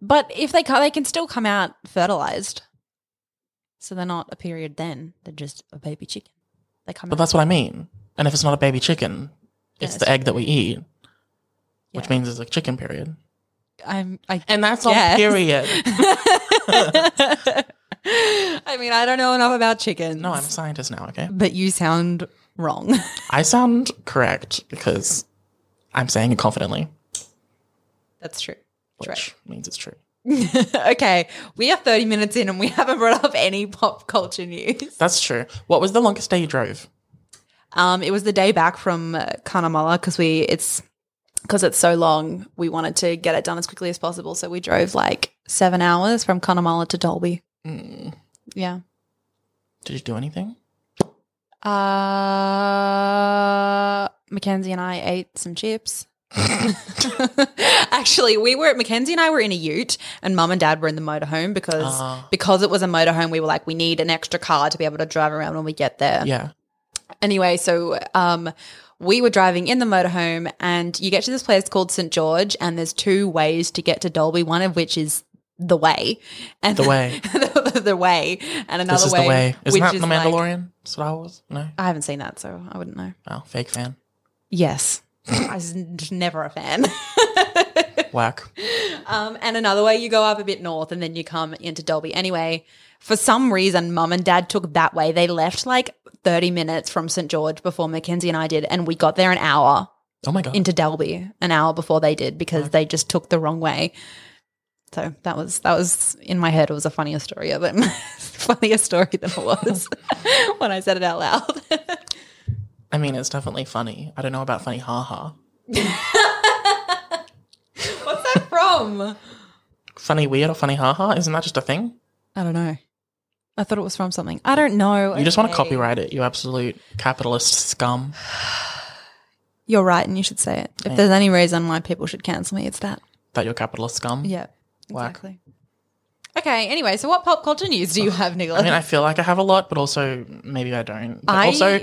S2: But if they ca- they can still come out fertilized, so they're not a period. Then they're just a baby chicken. They come
S1: But
S2: out.
S1: that's what I mean. And if it's not a baby chicken, it's
S2: Yes.
S1: the egg that we eat, which
S2: Yeah.
S1: means it's a chicken period.
S2: I'm. I.
S1: And that's not
S2: Yes.
S1: period.
S2: I mean, I don't know enough about chickens.
S1: No, I'm a scientist now, okay?
S2: But you sound wrong.
S1: I sound correct because I'm saying it confidently,
S2: that's true.
S1: which
S2: That's
S1: means it's true.
S2: right. okay, we are 30 minutes in and we haven't brought up any pop culture news.
S1: That's true. What was the longest day you drove?
S2: Um, it was the day back from uh, Cunnamulla because we it's because it's so long. We wanted to get it done as quickly as possible, so we drove like seven hours from Cunnamulla to Dolby. Yeah.
S1: Did you do anything?
S2: Uh, Mackenzie and I ate some chips. Actually, we were Mackenzie and I were in a ute, and Mum and Dad were in the motorhome because
S1: Ah.
S2: because it was a motorhome. We were like, we need an extra car to be able to drive around when we get there.
S1: Yeah.
S2: Anyway, so um, we were driving in the motorhome, and you get to this place called St George, and there's two ways to get to Dolby. One of which is the way, and
S1: The way.
S2: the, the, way, and another
S1: this is
S2: way,
S1: the way. Isn't
S2: which
S1: that
S2: is
S1: The
S2: like-
S1: Mandalorian? Star Wars? No.
S2: I haven't seen that, so I wouldn't know.
S1: Oh, fake fan.
S2: Yes. I was n- never a fan.
S1: Whack.
S2: Um, and another way, you go up a bit north and then you come into Dolby. Anyway, for some reason, mum and dad took that way. They left like 30 minutes from St. George before Mackenzie and I did. And we got there an hour
S1: Oh my god.
S2: into Dalby, an hour before they did because they just took the wrong way. So that was, that was in my head, it was a funnier story of it. funnier story than it was when I said it out loud.
S1: I mean, it's definitely funny. I don't know about funny haha.
S2: What's that from?
S1: Funny weird or funny haha? Isn't that just a thing?
S2: I don't know. I thought it was from something. I don't know.
S1: You just want to
S2: Okay.
S1: copyright it, you absolute capitalist scum.
S2: You're right, and you should say it. If there's any reason why people should cancel me, it's that.
S1: That you're capitalist scum.
S2: Yeah,
S1: Whack.
S2: exactly. Okay. Anyway, so what pop culture news do you have, Nicola?
S1: I mean, I feel like I have a lot, but also maybe I don't. But
S2: I-
S1: also,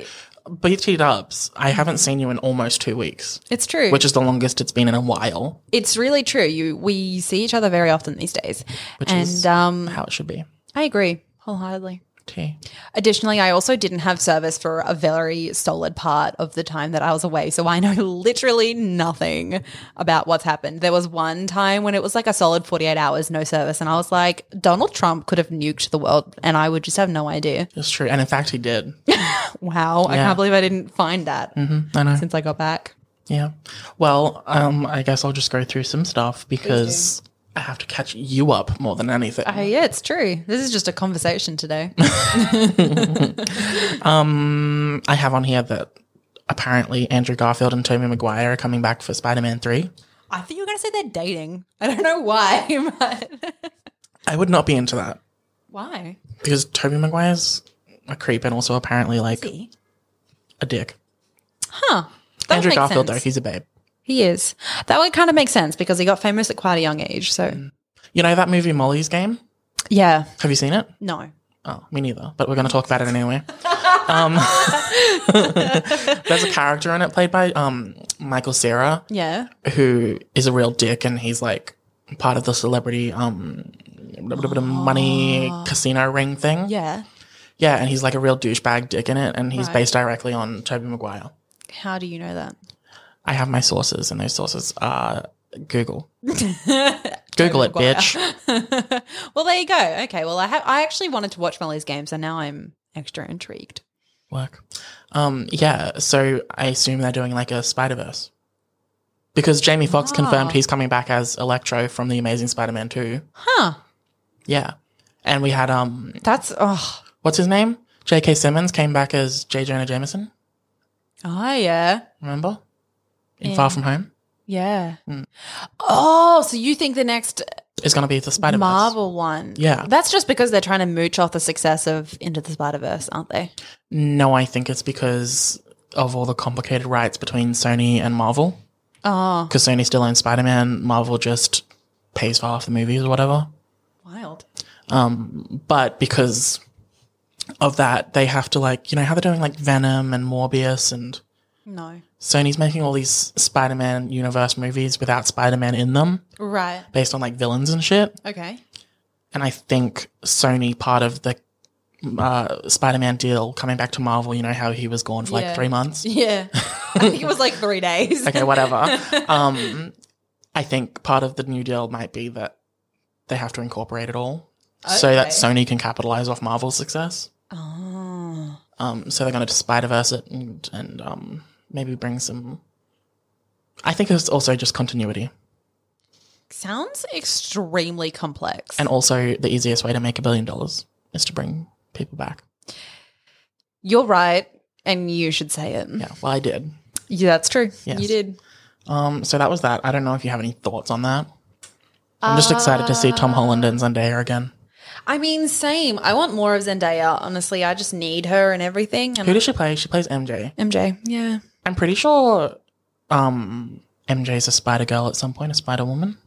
S1: BT Dubs, I haven't seen you in almost two weeks,
S2: it's true.
S1: which is the longest it's been in a while,
S2: it's really true. You we see each other very often these days,
S1: which
S2: and
S1: is
S2: um,
S1: how it should be.
S2: I agree wholeheartedly.
S1: T.
S2: Additionally, I also didn't have service for a very solid part of the time that I was away. So I know literally nothing about what's happened. There was one time when it was like a solid 48 hours, no service. And I was like, Donald Trump could have nuked the world and I would just have no idea.
S1: It's true. And in fact, he did.
S2: Wow. I
S1: Yeah. Mm-hmm,
S2: can't believe I didn't find that
S1: I know.
S2: since I got back.
S1: Yeah. Well, um, I guess I'll just go through some stuff because I have to catch you up more than anything.
S2: Oh, yeah, it's true. This is just a conversation today.
S1: I have on here that apparently Andrew Garfield and Tobey Maguire are coming back for Spider Man 3.
S2: I think you were going to say they're dating. I don't know why, but
S1: I would not be into that
S2: why?
S1: because Tobey Maguire's a creep and also apparently like a dick.
S2: That
S1: Andrew
S2: makes
S1: Garfield,
S2: sense.
S1: though, he's a babe.
S2: He is. That would kind of make sense because he got famous
S1: Mm.
S2: at quite a young age. So,
S1: You know that movie Molly's Game?
S2: yeah.
S1: Have you seen it?
S2: No.
S1: Oh, me neither. But we're going to talk about it anyway. um, there's a character in it played by um, Michael Sarah
S2: Yeah.
S1: who is a real dick, and he's like part of the celebrity um, money casino ring thing.
S2: Yeah.
S1: Yeah, and he's like a real douchebag dick in it, and he's
S2: Right.
S1: based directly on Toby Maguire.
S2: How do you know that?
S1: I have my sources, and those sources are Google. Google it, bitch.
S2: well, there you go. Okay. Well, I have. I actually wanted to watch Molly's game, so now I'm extra intrigued.
S1: Work. Um, yeah, so I assume they're doing like a Spider Verse. Because Jamie
S2: Ah.
S1: Foxx confirmed he's coming back as Electro from The Amazing Spider Man 2.
S2: Huh.
S1: Yeah. And we had, um,
S2: That's oh.
S1: what's his name? J.K. Simmons came back as J. Jonah Jameson,
S2: Oh yeah.
S1: remember? In Far From Home.
S2: Yeah.
S1: Hmm.
S2: Oh, so you think the next
S1: It's going to be the Spider Verse.
S2: Marvel one?
S1: Yeah.
S2: That's just because they're trying to mooch off the success of Into the Spider Verse, aren't they?
S1: No, I think it's because of all the complicated rights between Sony and Marvel.
S2: Oh,
S1: Because Sony still owns Spider Man, Marvel just pays for half the movies or whatever.
S2: wild.
S1: but because of that, they have to like you know how they're doing like Venom and Morbius and
S2: No.
S1: Sony's making all these Spider-Man universe movies without Spider-Man in them,
S2: Right.
S1: based on like villains and shit.
S2: Okay.
S1: And I think Sony part of the uh, Spider-Man deal coming back to Marvel, you know how he was gone for
S2: Yeah.
S1: like three months.
S2: Yeah. I think it was like three days.
S1: Okay, whatever. um, I think part of the new deal might be that they have to incorporate it all, so that
S2: Okay.
S1: Sony can capitalize off Marvel's success.
S2: Oh.
S1: Um, so they're going to Spider Verse it and, and um, maybe bring some. I think it's also just continuity,
S2: Sounds extremely complex.
S1: and also the easiest way to make a billion dollars is to bring people back.
S2: You're right, and you should say it.
S1: Yeah, well, I did.
S2: Yeah, that's true.
S1: Yes.
S2: You did.
S1: Um, so that was that. I don't know if you have any thoughts on that. I'm just excited to see Tom Holland and Zendaya again.
S2: I mean, same. I want more of Zendaya. Honestly, I just need her and everything. And
S1: Who does she play? She plays MJ.
S2: MJ? Yeah.
S1: I'm pretty sure um, MJ's a Spider Girl at some point, a Spider Woman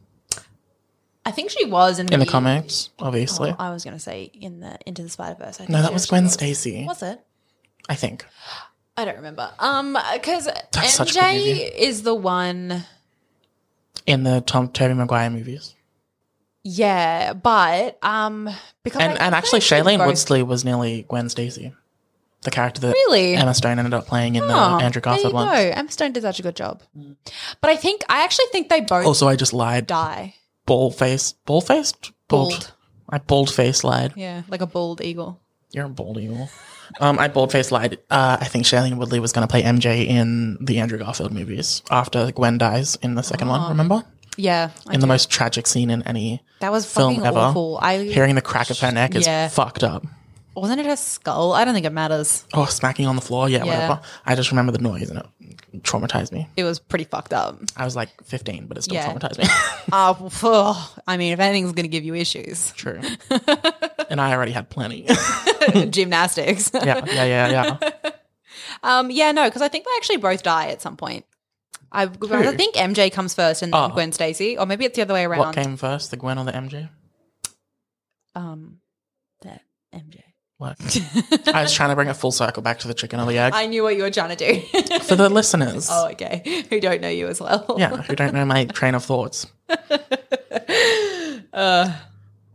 S2: I think she was in the,
S1: in the comics, obviously.
S2: Oh, I was going to say in the Into the Spider Verse.
S1: no, that was Gwen Stacy,
S2: Was it?
S1: I think.
S2: I don't remember. Um, because
S1: such a good movie.
S2: MJ is the one.
S1: In the Tom Toby Maguire movies.
S2: Yeah, but um, because
S1: and
S2: I
S1: and
S2: think
S1: actually,
S2: they
S1: Shailene
S2: both-
S1: Woodsley was nearly Gwen Stacy, the character that
S2: Really? Oh,
S1: Emma Stone ended up playing in the uh, Andrew Garfield
S2: there you
S1: one.
S2: go. Emma Stone did such a good job. But I think I actually think they both
S1: Also, I just lied.
S2: die
S1: Bald face, bald faced, bald.
S2: Bald.
S1: I bald faced lied.
S2: Yeah, like a bald eagle.
S1: You're a bald eagle. Um, I bald faced lied. Uh, I think Shailene Woodley was going to play MJ in the Andrew Garfield movies after Gwen dies in the second one. Remember?
S2: Yeah, Oh, I
S1: In
S2: do.
S1: the most tragic scene in any
S2: that was
S1: film
S2: fucking
S1: ever.
S2: awful. I
S1: Hearing the crack of her neck is
S2: Yeah.
S1: fucked up.
S2: wasn't it her skull. I don't think it matters.
S1: Oh, smacking on the floor. Yeah,
S2: Yeah.
S1: whatever. I just remember the noise and it traumatized me.
S2: It was pretty fucked up.
S1: I was like 15, but it still
S2: Yeah.
S1: traumatized me.
S2: Uh, phew. I mean, if anything's going to give you issues,
S1: True. and I already had plenty.
S2: gymnastics.
S1: yeah, yeah, yeah, yeah.
S2: Um, yeah, no, because I think they actually both die at some point. I, I think MJ comes first and then
S1: Oh.
S2: Gwen Stacy, or maybe it's the other way around.
S1: What came first, the Gwen or the MJ?
S2: Um, that MJ.
S1: What? I was trying to bring it full circle back to the chicken or the egg
S2: I knew what you were trying to do.
S1: for the listeners.
S2: oh, okay. Who don't know you as well?
S1: Yeah, who don't know my train of thoughts. Uh.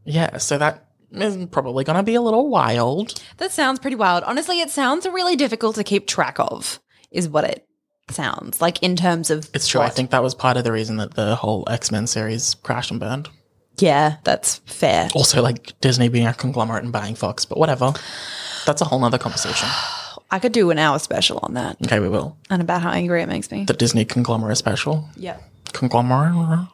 S1: yeah, so that is probably going to be a little wild.
S2: That sounds pretty wild. Honestly, it sounds really difficult to keep track of, is what it sounds like in terms of.
S1: It's true. I
S2: plot.
S1: think that was part of the reason that the whole X Men series crashed and burned.
S2: Yeah, that's fair.
S1: Also, like Disney being a conglomerate and buying Fox, but whatever. That's a whole nother conversation.
S2: I could do an hour special on that
S1: Okay, we will.
S2: and about how angry it makes me.
S1: The Disney conglomerate special.
S2: yeah.
S1: Conglomerate?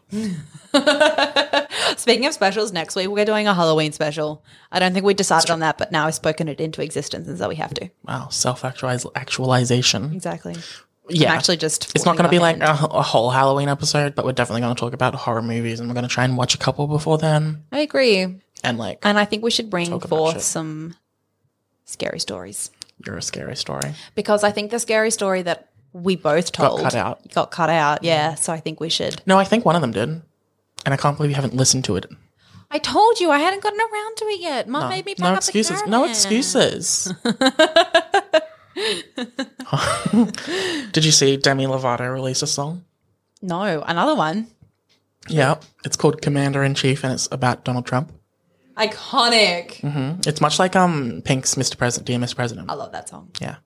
S2: Speaking of specials, next week we're doing a Halloween special. I don't think we decided on that, but now I've spoken it into existence, and so we have to.
S1: Wow, self actualization.
S2: Exactly.
S1: Yeah.
S2: I'm actually just.
S1: it's not going to be
S2: forming my
S1: like a, a whole Halloween episode, but we're definitely going to talk about horror movies and we're going to try and watch a couple before then.
S2: hand. I agree.
S1: And like,
S2: And I think we should bring
S1: about
S2: forth
S1: shit.
S2: some scary stories
S1: you're a scary story.
S2: because I think the scary story that we both told
S1: cut out.
S2: got Mm. cut out. Yeah, so I think we should.
S1: No, I think one of them did. And I can't believe you haven't listened to it.
S2: I told you I hadn't gotten around to it yet. Mum
S1: No,
S2: made me pack
S1: no
S2: up
S1: excuses.
S2: The
S1: No
S2: caravan.
S1: excuses. Did you see Demi Lovato release a song?
S2: No, another one.
S1: Yeah, it's called Commander in Chief, and it's about Donald Trump.
S2: Iconic.
S1: It's much like um Pink's Mr. President, Dear Mr. President.
S2: I love that song.
S1: Yeah,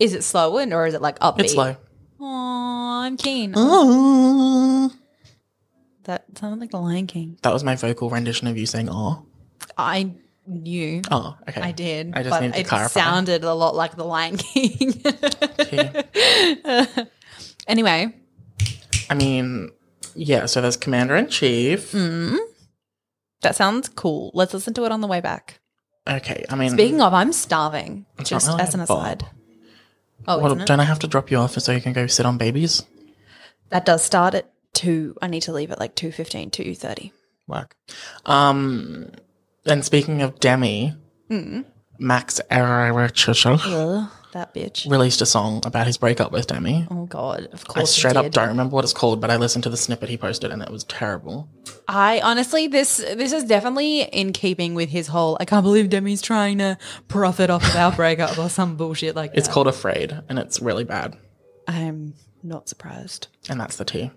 S2: Is it slow and or is it like upbeat?
S1: it's low.
S2: Aw, I'm keen. Ah. That sounded like the Lion King.
S1: That was my vocal rendition of you saying "oh."
S2: I knew.
S1: Oh, okay.
S2: I did.
S1: I just
S2: but
S1: needed to
S2: it
S1: clarify.
S2: sounded a lot like the Lion King.
S1: Okay.
S2: anyway,
S1: I mean, yeah. So there's Commander in Chief.
S2: Mm. that sounds cool. Let's listen to it on the way back.
S1: Okay. I mean,
S2: Speaking of, I'm starving.
S1: Mm. It's
S2: Just
S1: not really
S2: as an
S1: a bob.
S2: aside. Oh,
S1: what-
S2: isn't it?
S1: don't I have to drop you off so you can go sit on babies?
S2: that does start at two. I need to leave at like 2.15, 2.30.
S1: Work. Um, and speaking of Demi,
S2: Mm.
S1: Max Ehrlich
S2: Ugh, that bitch.
S1: released a song about his breakup with Demi.
S2: Oh God, of course.
S1: I
S2: it
S1: straight up
S2: did.
S1: don't remember what it's called, but I listened to the snippet he posted and it was terrible.
S2: I honestly, this this is definitely in keeping with his whole. I can't believe Demi's trying to profit off of our breakup or some bullshit like
S1: It's
S2: that.
S1: called Afraid and it's really bad.
S2: I'm not surprised.
S1: And that's the T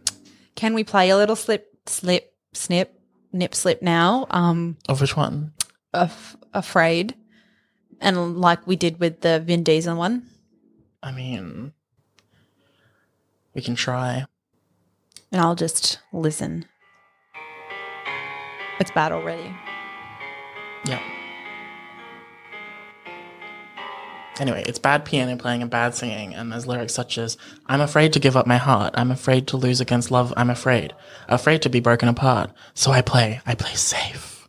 S2: Can we play a little slip, slip, snip, nip, slip now? Um,
S1: of which one?
S2: af- afraid, and like we did with the Vin Diesel one.
S1: I mean, we can try.
S2: and I'll just listen. It's bad already.
S1: Yeah. Anyway, it's bad piano playing and bad singing, and there's lyrics such as I'm afraid to give up my heart. I'm afraid to lose against love. I'm afraid. Afraid to be broken apart. So I play. I play safe.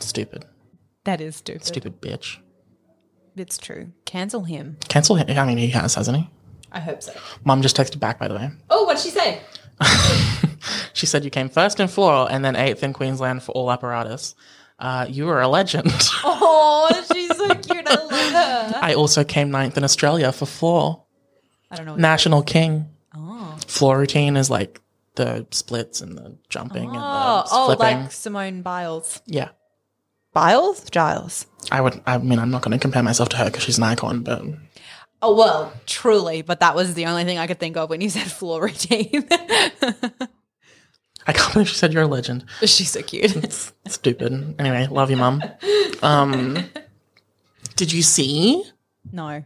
S1: Stupid.
S2: That is stupid.
S1: Stupid bitch.
S2: It's true. Cancel him.
S1: Cancel him. I mean, he has, hasn't he?
S2: I hope so.
S1: Mom just texted back, by the way.
S2: Oh, what'd she say?
S1: She said you came first in floral and then eighth in Queensland for all apparatus. Uh, you were a legend.
S2: Oh, she's so cute. I love her.
S1: I also came ninth in Australia for floor.
S2: I don't know.
S1: National king.
S2: Oh,
S1: floor routine is like the splits and the jumping and the
S2: oh, oh
S1: flipping.
S2: like Simone Biles.
S1: yeah.
S2: Biles? Giles.
S1: I would. I mean, I'm not going to compare myself to her because she's an icon, but
S2: Oh, well, truly, but that was the only thing I could think of when you said floor routine.
S1: I can't believe she said you're a legend.
S2: she's so cute.
S1: It's stupid. Anyway, love you, mum. Um, did you see?
S2: No.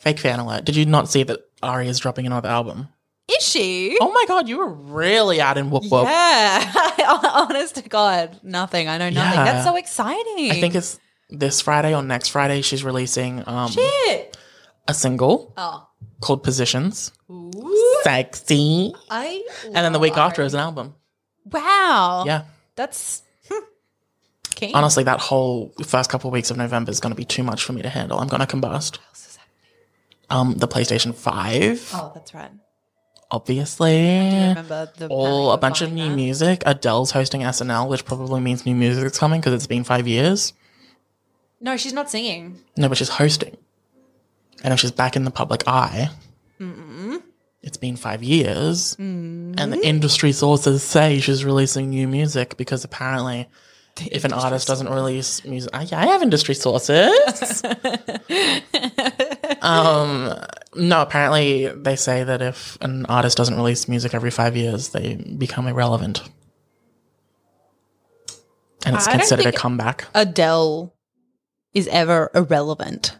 S1: Fake fan alert. Did you not see that Ari is dropping another album?
S2: Is she?
S1: Oh my god, you were really out in whoop whoop.
S2: Yeah. Honest to God, nothing. I know nothing.
S1: Yeah.
S2: That's so exciting.
S1: I think it's this Friday or next Friday. She's releasing um,
S2: Shit.
S1: a single
S2: Oh.
S1: called Positions.
S2: Ooh.
S1: Sexy.
S2: I
S1: And then the week
S2: love-
S1: after is an album.
S2: Wow.
S1: Yeah.
S2: That's hmm. king.
S1: Honestly, that whole first couple of weeks of November is going to be too much for me to handle. I'm going to combust. Um, the PlayStation 5,
S2: Oh, that's right.
S1: obviously.
S2: Remember the
S1: All
S2: panic
S1: a bunch of
S2: buying
S1: new
S2: that?
S1: music. Adele's hosting SNL, which probably means new music's coming because it's been five years.
S2: No, she's not singing.
S1: No, but she's hosting. And if she's back in the public eye, it's been five years.
S2: Mm-hmm.
S1: And the industry sources say she's releasing new music because apparently, if an artist doesn't release music, I, I have industry sources. um, no, apparently they say that if an artist doesn't release music every five years, they become irrelevant. And it's
S2: I don't
S1: considered a
S2: think-
S1: comeback.
S2: Adele is ever irrelevant,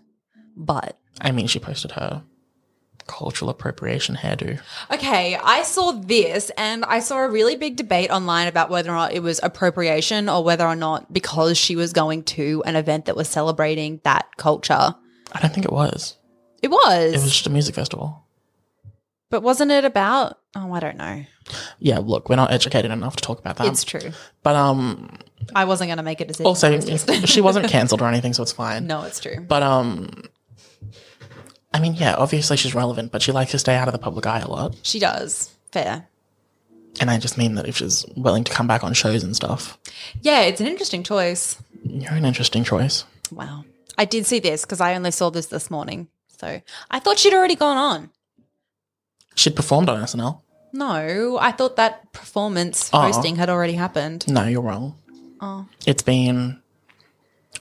S2: but
S1: I mean, she posted her cultural appropriation hairdo.
S2: Okay, I saw this and I saw a really big debate online about whether or not it was appropriation or whether or not because she was going to an event that was celebrating that culture.
S1: I don't think it was.
S2: It was.
S1: It was just a music festival.
S2: but wasn't it about Oh, I don't know.
S1: Yeah, look, we're not educated enough to talk about that.
S2: it's true.
S1: But um,
S2: I wasn't going to make a decision.
S1: also if- she wasn't cancelled or anything, so it's fine.
S2: no, it's true.
S1: But um, I mean, yeah, obviously she's relevant, but she likes to stay out of the public eye a lot.
S2: she does. Fair.
S1: And I just mean that if she's willing to come back on shows and stuff,
S2: Yeah, it's an interesting choice.
S1: you're an interesting choice.
S2: Wow. I did see this because I only saw this this morning. So I thought she'd already gone on.
S1: She'd performed on SNL.
S2: No, I thought that performance
S1: Oh.
S2: hosting had already happened.
S1: No, you're wrong.
S2: Oh.
S1: It's been.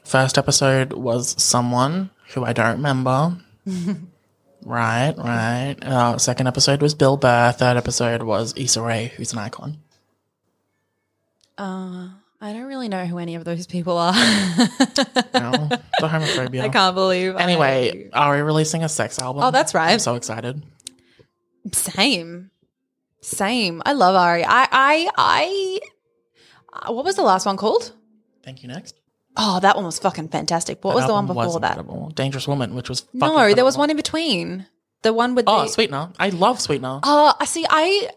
S1: First episode was someone who I don't remember. right, right. Uh, second episode was Bill Burr. Third episode was Issa Rae, who's an icon.
S2: Uh, I don't really know who any of those people are.
S1: No, the homophobia.
S2: I can't believe. I-
S1: Anyway, are we releasing a sex album?
S2: Oh, that's right.
S1: I'm so excited.
S2: same, same. I love Ari. I, I, I. uh, What was the last one called?
S1: Thank you. Next.
S2: Oh, that one was fucking fantastic. What was the one
S1: album
S2: before that?
S1: incredible. Dangerous Woman, which was fucking
S2: No, there was
S1: phenomenal.
S2: one in between. The one with
S1: Oh,
S2: the
S1: Sweetener. I love Sweetener.
S2: Uh, I see. I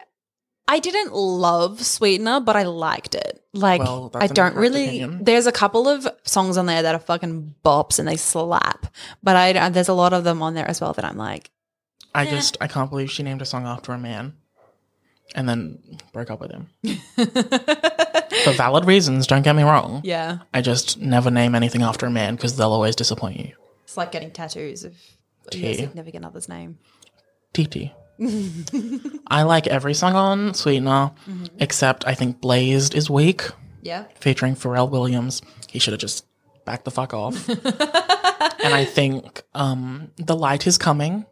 S2: I didn't love Sweetener, but I liked it. Like
S1: Well, that's
S2: I
S1: an
S2: don't
S1: incorrect
S2: really.
S1: opinion.
S2: There's a couple of songs on there that are fucking bops and they slap, but I don't- there's a lot of them on there as well that I'm like,
S1: I just I can't believe she named a song after a man, and then broke up with him for valid reasons. Don't get me wrong.
S2: yeah,
S1: I just never name anything after a man because they'll always disappoint you.
S2: it's like getting tattoos of your
S1: Tea.
S2: significant other's name.
S1: TT. I like every song on Sweetener, except I think Blazed is weak,
S2: Yeah,
S1: featuring Pharrell Williams. He should have just backed the fuck off. and I think um, The Light is Coming,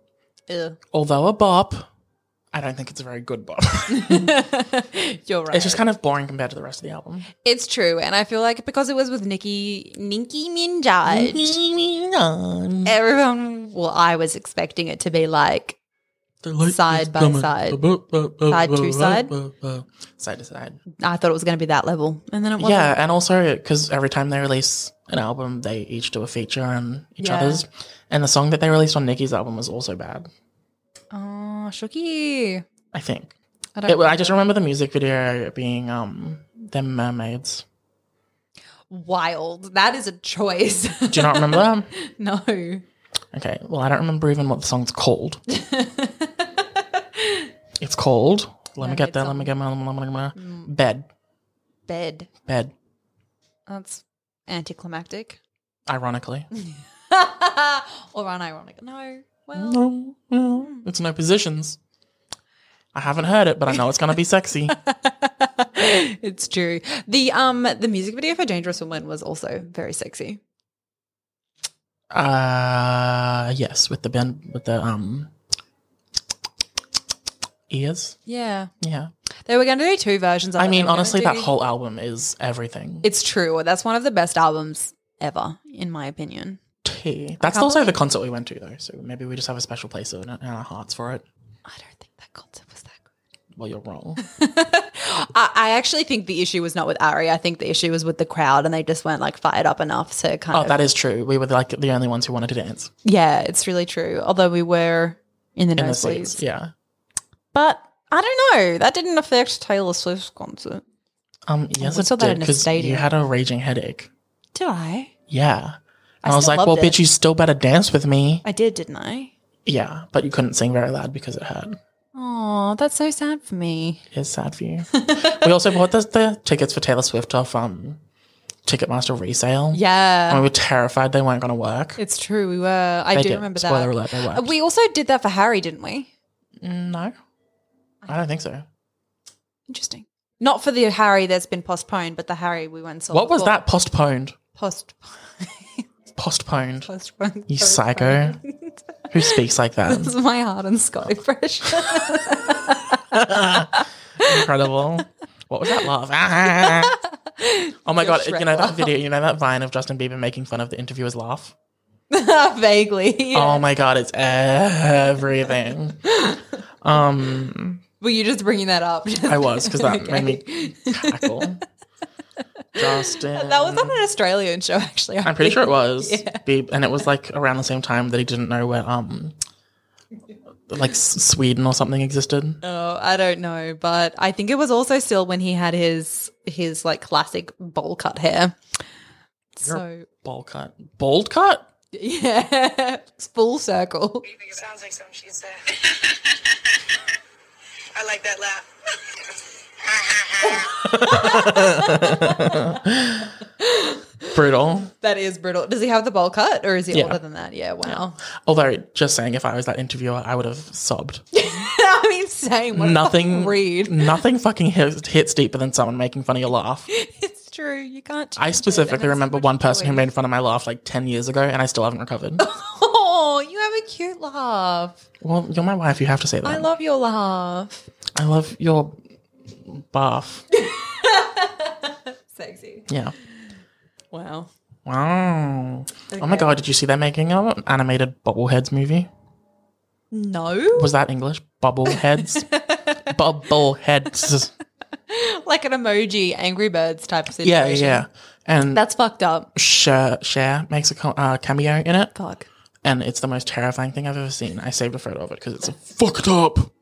S1: although a bop, I don't think it's a very good bop.
S2: you're right.
S1: it's just kind of boring compared to the rest of the album.
S2: It's true, and I feel like because it was with Nicki, Nicki Minaj, Mm-hmm.
S1: Mm-hmm.
S2: everyone. Well, I was expecting it to be like Side by side.
S1: side
S2: to side?
S1: side to side.
S2: I thought it was going to be that level, and then it wasn't.
S1: Yeah, and also because every time they release an album, they each do a feature on each
S2: Yeah.
S1: other's. And the song that they released on Nicki's album was also bad.
S2: Oh, Shooky.
S1: I think.
S2: I don't.
S1: It, I just remember the music video being um them mermaids.
S2: wild. That is a choice.
S1: Do you not remember? that?
S2: no.
S1: Okay. Well, I don't remember even what the song's called. it's called. Let me get there. Let me get my. Let me get my bed.
S2: Bed.
S1: Bed.
S2: That's anticlimactic.
S1: Ironically.
S2: or unironic. No. Well,
S1: No, no, Hmm. it's no positions. I haven't heard it, but I know it's gonna be sexy.
S2: it's true. The um the music video for Dangerous Woman was also very sexy.
S1: Uh yes, with the bend with the um ears.
S2: Yeah.
S1: Yeah.
S2: They were going to do two versions.
S1: I
S2: thought they
S1: mean,
S2: were gonna
S1: honestly, that
S2: do-
S1: whole album is everything.
S2: It's true. That's one of the best albums ever, in my opinion.
S1: Tea. That's
S2: can't
S1: also the concert we went to though, so maybe we just have a special place in, in our hearts for it.
S2: I don't think that concept was that good.
S1: Well, you're wrong.
S2: I, I actually think the issue was not with Ari. I think the issue was with the crowd, and they just weren't like fired up enough to kind
S1: oh,
S2: of.
S1: that is true. We were like the only ones who wanted to dance
S2: yeah, it's really true. Although we were in the
S1: in the
S2: nosebleeds,
S1: seats. Yeah.
S2: but I don't know. That didn't affect Taylor Swift's concert,
S1: Um. Yes,
S2: we
S1: it
S2: saw that
S1: did,
S2: in a
S1: 'cause You
S2: stadium.
S1: had a raging headache.
S2: did I?
S1: Yeah.
S2: I
S1: And I, was
S2: still
S1: like, well,
S2: loved it.
S1: bitch, you still better dance with me.
S2: I did, didn't I?
S1: Yeah, but you couldn't sing very loud because it hurt.
S2: Oh, that's so sad for me.
S1: It's sad for you. we also bought the, the tickets for Taylor Swift off um, Ticketmaster resale. And
S2: Yeah,
S1: we were terrified they weren't going to work.
S2: it's true. We were. I
S1: They
S2: do
S1: did.
S2: remember
S1: Spoiler
S2: that.
S1: alert, they
S2: Uh,
S1: worked. Mm,
S2: We also did that for Harry, didn't we?
S1: no, I don't think so.
S2: Interesting. Not for the Harry that's been postponed, but the Harry we went and saw.
S1: What was
S2: before.
S1: that? Postponed.
S2: Post.
S1: Postponed.
S2: postponed.
S1: You psycho. Who speaks like
S2: This
S1: that?
S2: is my hard and
S1: Oh.
S2: Scotty fresh.
S1: Incredible. What was that laugh? oh my god!
S2: Shrek
S1: You know that video? You know that vine of Justin Bieber making fun of the interviewer's laugh?
S2: Vaguely. yeah.
S1: Oh my god! It's everything. um.
S2: Were you just bringing that up? Just-
S1: I was because that made me cackle. Justin.
S2: That was on an Australian show, actually.
S1: I'm pretty sure it was. Be- And it was like around the same time that he didn't know where um, like S- Sweden or something existed.
S2: Oh, I don't know, but I think it was also still when he had his his like classic bowl cut hair. So
S1: Bowl cut. Bold cut.
S2: yeah, it's full circle.
S4: You think it sounds like something she'd say. I like that laugh.
S1: Brutal.
S2: That is brutal. Does he have the bowl cut or is he
S1: Yeah.
S2: older than that? Yeah, wow.
S1: Although, just saying, if I was that interviewer, I would have sobbed.
S2: I mean, same. What
S1: nothing.
S2: Read.
S1: Nothing fucking hits, hits deeper than someone making fun of your laugh.
S2: It's true. You can't.
S1: I
S2: change it. That
S1: specifically
S2: makes
S1: remember
S2: so much
S1: one person who
S2: noise.
S1: made fun of my laugh like ten years ago, and I still haven't recovered.
S2: Oh, you have a cute laugh.
S1: well, you're my wife. You have to say that.
S2: I love your laugh.
S1: I love your bath.
S2: Sexy.
S1: Yeah.
S2: Wow.
S1: Wow. Oh my god, did you see they're making an animated Bubbleheads movie?
S2: No,
S1: Was that English? Bubbleheads? Bubbleheads.
S2: like an emoji, Angry Birds type of
S1: Yeah,
S2: situation.
S1: yeah. And
S2: That's fucked up.
S1: Cher, Cher makes a co- uh, cameo in it,
S2: Fuck.
S1: and it's the most terrifying thing I've ever seen. I saved a photo of it because it's fucked up.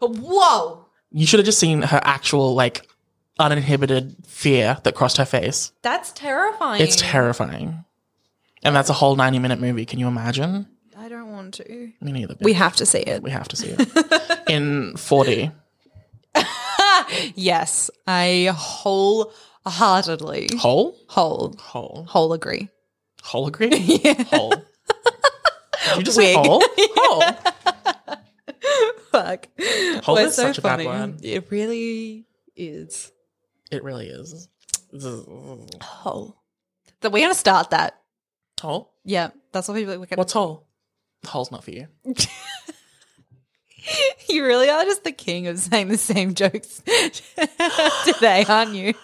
S2: Whoa.
S1: You should have just seen her actual, like, uninhibited fear that crossed her face.
S2: That's terrifying.
S1: It's terrifying. And that's a whole 90 minute movie. Can you imagine?
S2: I don't want to.
S1: Me neither.
S2: We
S1: bitch.
S2: have to see it.
S1: we have to see it. in 4D.
S2: Yes, I wholeheartedly
S1: Whole?
S2: whole
S1: Whole.
S2: whole agree.
S1: Holography?
S2: Yeah.
S1: Hole. Did you just say
S2: Wig.
S1: hole? Hole.
S2: Fuck.
S1: Whole
S2: We're
S1: is such a bad word.
S2: It really is
S1: It really is.
S2: whole. So we're gonna start that.
S1: Hole?
S2: Yeah, that's what people. We're gonna,
S1: What's hole? Hole's not for you.
S2: you really are just the king of saying the same jokes today, aren't you?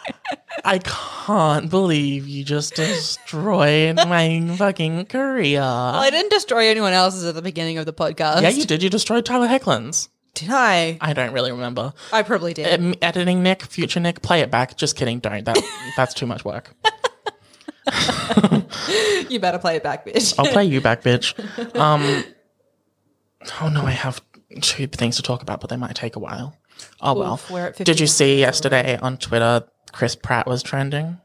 S1: I can't believe you just destroyed my fucking career.
S2: Well, I didn't destroy anyone else's at the beginning of the podcast.
S1: yeah, you did. You destroyed Tyler Hecklin's.
S2: did. I?
S1: I don't really remember.
S2: I probably did.
S1: Um, editing Nick, future Nick, play it back. Just kidding. Don't. That, that's too much work.
S2: you better play it back, bitch.
S1: I'll play you back, bitch. Um, oh no, I have two things to talk about, but they might take a while. Oh well.
S2: Oof, we're at
S1: Did you
S2: 51
S1: see yesterday on Twitter Chris Pratt was trending?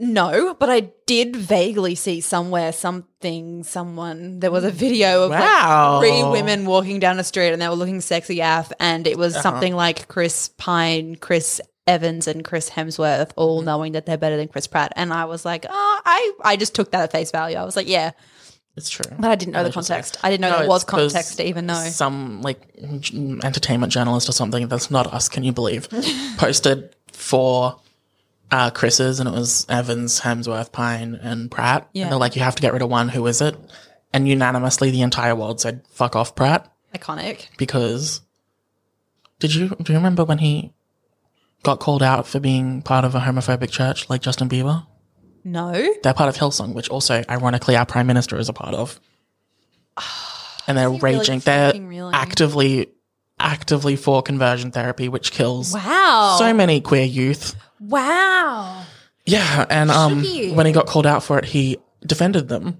S2: No, but I did vaguely see somewhere something, someone. There was a video of
S1: Wow.
S2: like three women walking down a street and they were looking sexy af, and it
S1: Uh-huh.
S2: was something like Chris Pine, Chris Evans, and Chris Hemsworth all
S1: Mm-hmm.
S2: knowing that they're better than Chris Pratt. And I was like, oh, I, I just took that at face value. I was like, yeah,
S1: It's true.
S2: but I didn't know the
S1: Religiously.
S2: context. I didn't know
S1: No,
S2: there was
S1: it's 'cause
S2: context to even know.
S1: Some like j- entertainment journalist or something that's not us, can you believe? posted for uh, Chris's and it was Evans, Hemsworth, Pine, and Pratt.
S2: Yeah.
S1: And they're like, you have to get rid of one. Who is it? And unanimously, the entire world said, fuck off, Pratt.
S2: Iconic.
S1: because did you do you remember when he got called out for being part of a homophobic church like Justin Bieber?
S2: No.
S1: They're part of Hillsong, which also ironically our prime minister is a part of. And they're
S2: Is he really
S1: raging.
S2: fucking
S1: they're
S2: really?
S1: actively actively for conversion therapy, which kills
S2: Wow.
S1: so many queer youth.
S2: wow.
S1: Yeah, and um,
S2: Shitty.
S1: when he got called out for it, he defended them.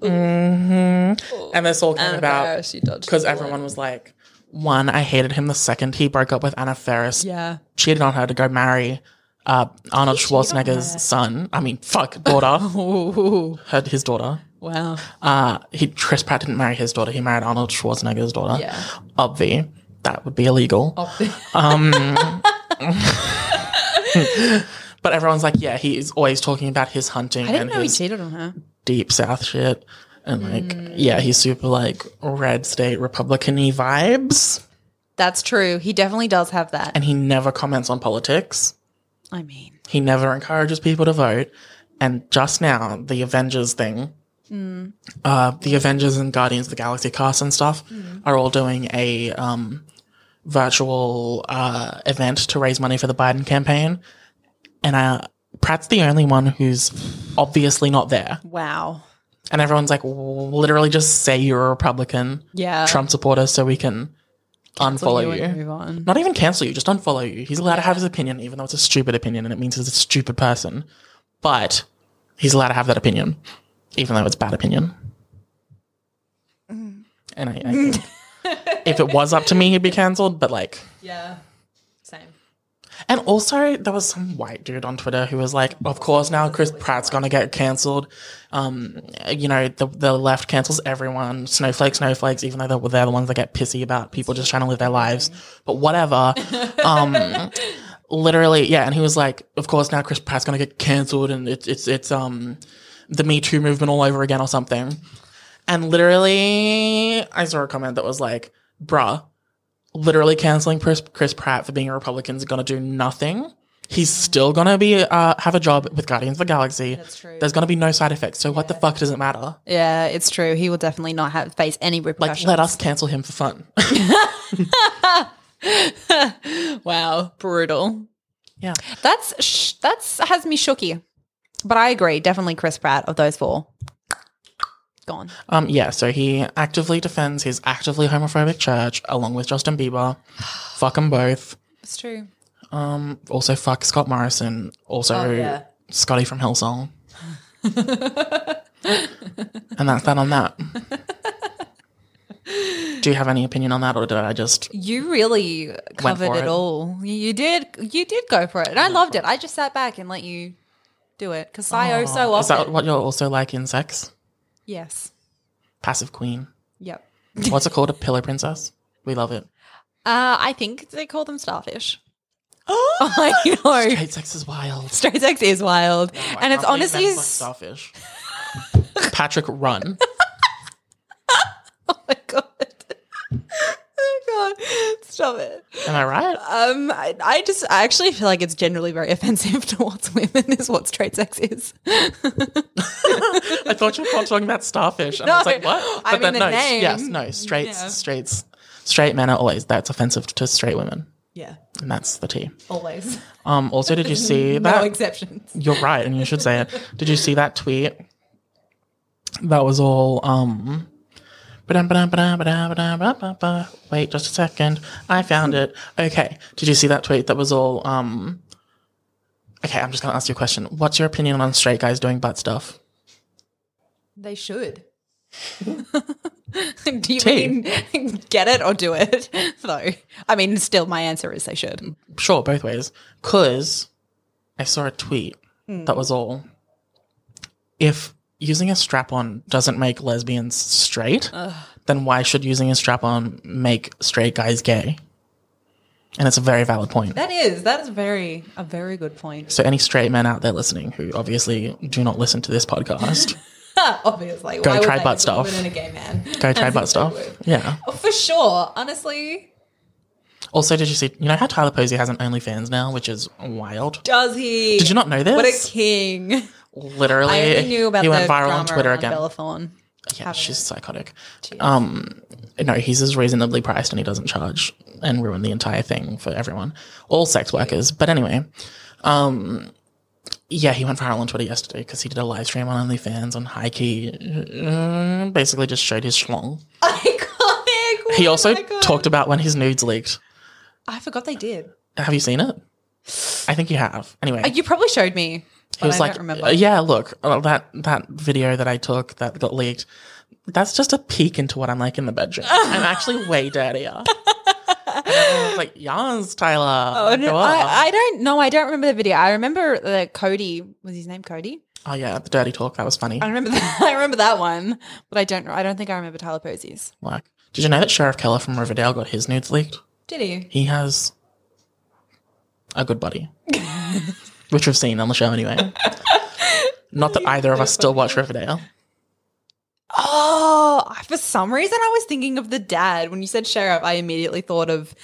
S1: hmm hmm And this all came about
S2: she dodged.
S1: because everyone was like, one, I hated him the second he broke up with Anna Ferris,
S2: Yeah.
S1: cheated on her to go marry uh, Arnold Schwarzenegger's son. I mean, fuck, daughter,
S2: Ooh.
S1: her, his daughter.
S2: Wow.
S1: Uh, he Chris Pratt didn't marry his daughter. He married Arnold Schwarzenegger's daughter.
S2: Yeah.
S1: Obvi, that would be illegal. Um, But everyone's like, yeah, he is always talking about his hunting
S2: I didn't
S1: and
S2: know he Mm.
S1: his
S2: cheated on her.
S1: deep South shit. And like, yeah, he's super like red state Republican-y vibes.
S2: That's true. He definitely does have that.
S1: And he never comments on politics.
S2: I mean,
S1: He never encourages people to vote. And just now, the Avengers thing,
S2: Hmm.
S1: uh, the Avengers and Guardians of the Galaxy cast and stuff
S2: Hmm.
S1: are all doing a um, virtual uh, event to raise money for the Biden campaign. And uh, Pratt's the only one who's obviously not there.
S2: wow.
S1: And everyone's like, literally just say you're a Republican,
S2: Yeah.
S1: Trump supporter, so we can unfollow
S2: you and
S1: you.
S2: Move on.
S1: Not even cancel you, just unfollow you. He's allowed to have his opinion, even though it's a stupid opinion and it means he's a stupid person. But he's allowed to have that opinion, even though it's bad opinion. And I, I think if it was up to me, he'd be cancelled. But like,
S2: Yeah. Same.
S1: And also, there was some white dude on Twitter who was like, "Of course, now Chris Pratt's gonna get cancelled. Um, you know, the the left cancels everyone. Snowflakes, snowflakes. Even though they're, they're the ones that get pissy about people just trying to live their lives. But whatever. Um, literally, yeah. And he was like, "Of course, now Chris Pratt's gonna get cancelled, and it's it's it's um, the Me Too movement all over again or something." And literally, I saw a comment that was like, "Bruh." literally canceling Chris, Chris Pratt for being a Republican is going to do nothing. He's still going to be uh, have a job with Guardians of the Galaxy.
S2: That's true.
S1: There's going to be no side effects. So what the fuck does it matter?
S2: Yeah, it's true. He will definitely not have face any
S1: Like,
S2: repercussions.
S1: let us cancel him for fun.
S2: wow, brutal.
S1: yeah.
S2: That's sh- that's has me shooky. But I agree, definitely Chris Pratt of those four. Gone.
S1: Um. Yeah. So he actively defends his actively homophobic church along with Justin Bieber. fuck them both.
S2: It's true.
S1: Um. Also fuck Scott Morrison. Also
S2: Oh, yeah.
S1: Scotty from Hillsong. and that's that on that. Do you have any opinion on that, or did I just
S2: You really covered
S1: for
S2: it,
S1: it. Oh
S2: all. You- You did. You did go for it, and I loved it. I just sat back and let you do it because I oh so
S1: Is that
S2: often.
S1: what you're also like in sex?
S2: yes.
S1: Passive queen.
S2: Yep.
S1: What's it called? A pillow princess? We love it.
S2: Uh, I think they call them starfish. Oh, I know.
S1: Hate sex is wild.
S2: Straight sex is wild, and it's honestly s-
S1: starfish. Patrick, run.
S2: Oh my god. Oh my god. Stop it.
S1: Am I right?
S2: Um I, I just I actually feel like it's generally very offensive towards women is what straight sex is.
S1: I thought you were talking about starfish, and I was
S2: No,
S1: like, what?
S2: I mean the
S1: no, s-
S2: name.
S1: yes, no, straights,
S2: Yeah.
S1: straights, straight men are always that's offensive to straight women,
S2: yeah.
S1: and that's the T.
S2: Always.
S1: Um, also, did you see
S2: No
S1: that?
S2: exceptions.
S1: You're right, and you should say it. Did you see that tweet? That was all. Um, ba-dum, ba-dum, ba-dum, ba-dum, ba-dum, ba-dum, ba-dum, ba-dum. wait, just a second. I found it. Okay. Did you see that tweet? That was all. Um, okay, I'm just gonna ask you a question. What's your opinion on straight guys doing butt stuff?
S2: They should. do you
S1: Tea.
S2: mean get it or do it? Though. I mean still my answer is they should.
S1: Sure, both ways. Cause I saw a tweet.
S2: Hmm.
S1: That was all. If using a strap on doesn't make lesbians straight, then why should using a strap on make straight guys gay? And it's a very valid point.
S2: That is. That is very a very good point.
S1: so, any straight men out there listening who obviously do not listen to this podcast,
S2: Ah, Obviously.
S1: Go try butt stuff.
S2: And a gay man. Oh,
S1: go try butt stuff. Yeah.
S2: For sure. Honestly.
S1: Also, did you see, you know how Tyler Posey has an OnlyFans now, which is wild?
S2: Does he?
S1: Did you not know this?
S2: What a king!
S1: Literally,
S2: I only knew about
S1: he
S2: the
S1: went viral on
S2: drama
S1: Twitter
S2: around
S1: again.
S2: Bella Thorne.
S1: Yeah, she's psychotic. Um, no, he's as reasonably priced and he doesn't charge and ruin the entire thing for everyone, all sex workers. But anyway, um, yeah, he went viral on Twitter yesterday because he did a live stream on OnlyFans on High Key, uh, basically just showed his schlong.
S2: Iconic.
S1: He
S2: Oh
S1: also
S2: my God.
S1: talked about when his nudes leaked.
S2: I forgot they did.
S1: Have you seen it? I think you have. Anyway,
S2: Uh, You probably showed me. But
S1: he was
S2: I
S1: like,
S2: don't remember.
S1: "Uh, "Yeah, look, uh, that that video that I took that got leaked. That's just a peek into what I'm like in the bedroom. I'm actually way dirtier." and everyone was like, "Yas, Tyler."
S2: Oh, no,
S1: go
S2: I,
S1: up."
S2: I don't know. I don't remember the video. I remember the Cody was his name Cody.
S1: oh yeah, the dirty talk. That was funny.
S2: I remember that. I remember that one, but I don't. I don't think I remember Tyler Posey's.
S1: Like, did you know that Sheriff Keller from Riverdale got his nudes leaked?
S2: Did he?
S1: He has a good body, which we've seen on the show anyway. Not that either of us still watch Riverdale.
S2: Oh, I- for some reason I was thinking of the dad when you said sheriff. I immediately thought of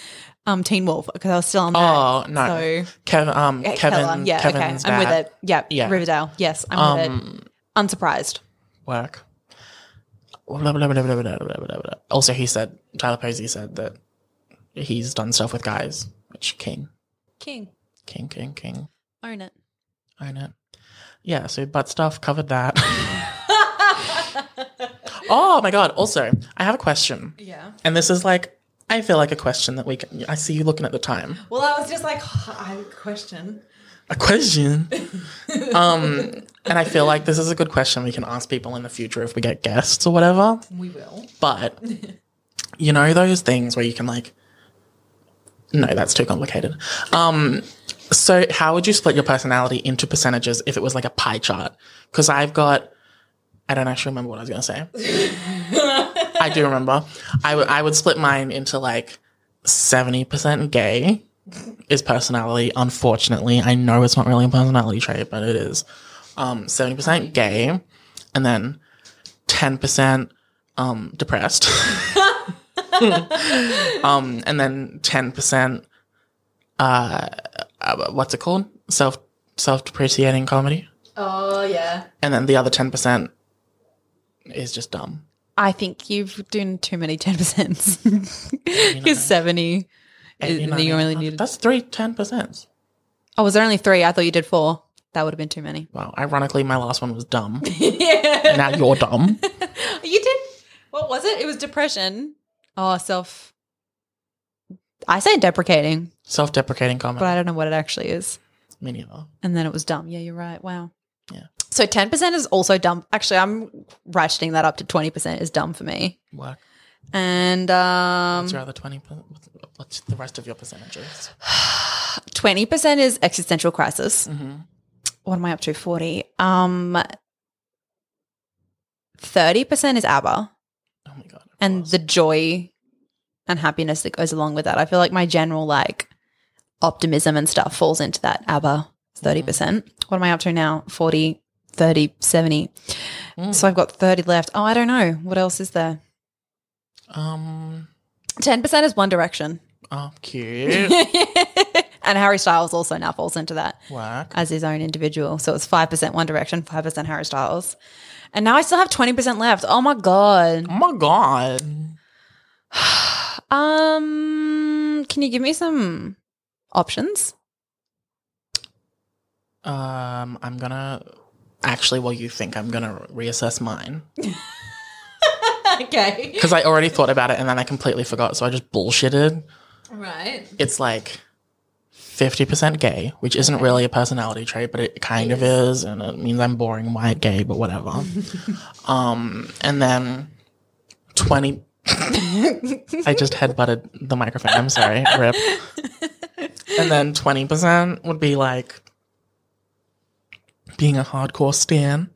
S2: um Teen Wolf because I was still on that.
S1: Oh no,
S2: So-
S1: Kev, um,
S2: Yeah, Keller.
S1: Kevin,
S2: Yeah,
S1: Kevin's
S2: okay.
S1: dad.
S2: I'm with it. Yep.
S1: Yeah. Um,
S2: Riverdale. Yes, I'm with it. Unsurprised.
S1: work. Blah, blah, blah, blah, blah, blah, blah, blah, blah. Also, he said, Tyler Posey said that he's done stuff with guys, which king,
S2: King.
S1: king, king, king.
S2: Own it.
S1: Own it. Yeah, so butt stuff covered that. oh my God. Also, I have a question.
S2: Yeah.
S1: And this is like, I feel like a question that we can, I see you looking at the time.
S2: Well, I was just like, I question.
S1: a question. um, and I feel like this is a good question we can ask people in the future if we get guests or whatever.
S2: We will.
S1: But you know those things where you can like, no, that's too complicated. Um, So, how would you split your personality into percentages if it was like a pie chart? Because I've got, I don't actually remember what I was going to say. I do remember. I would- I would split mine into like 70% gay is personality. Unfortunately, I know it's not really a personality trait, but it is. Um, 70% gay and then 10% um, depressed. um, and then 10% uh, uh, what's it called? Self self depreciating comedy.
S2: Oh yeah.
S1: And then the other 10% is just dumb.
S2: I think you've done too many ten percents. You're seventy.
S1: And,
S2: And
S1: know,
S2: you only
S1: that's-
S2: needed-
S1: That's three 10%.
S2: Oh, was there only three? I thought you did four. That would have been too many.
S1: Wow. Ironically, my last one was dumb.
S2: yeah.
S1: now you're dumb.
S2: You did. What was it? It was depression. Oh, self. I say deprecating,
S1: Self deprecating
S2: but
S1: comedy.
S2: I don't know what it actually is.
S1: Me neither.
S2: And then it was dumb. Yeah, you're right. Wow.
S1: Yeah.
S2: So 10% is also dumb. Actually, I'm ratcheting that up to 20% is dumb for me.
S1: Work.
S2: And um,
S1: What's your other 20%? What's the rest of your percentages?
S2: 20% is existential crisis.
S1: Mm-hmm.
S2: What am I up to? 40. Um, 30% is ABBA.
S1: Oh my God. of
S2: and
S1: course.
S2: the joy and happiness that goes along with that. I feel like my general like optimism and stuff falls into that ABBA 30%. What am I up to now? 40, 30, 70.
S1: Mm.
S2: So I've got 30 left. Oh, I don't know. What else is there?
S1: Um,
S2: 10% is One Direction.
S1: oh, cute.
S2: and Harry Styles also now falls into that
S1: Work.
S2: as his own individual. So it's 5% One Direction, 5% Harry Styles. And now I still have 20% left. Oh my God.
S1: Oh my God.
S2: Um, can you give me some options?
S1: Um, I'm going to. Actually, well, you think I'm going to reassess mine.
S2: okay.
S1: Because I already thought about it and then I completely forgot. So I just bullshitted.
S2: Right.
S1: It's like 50% gay, which isn't really a personality trait, but it kind of is. And it means I'm boring, white, gay, but whatever. um, and then 20. I just headbutted the microphone. I'm sorry. Rip. And then 20% would be like being a hardcore stan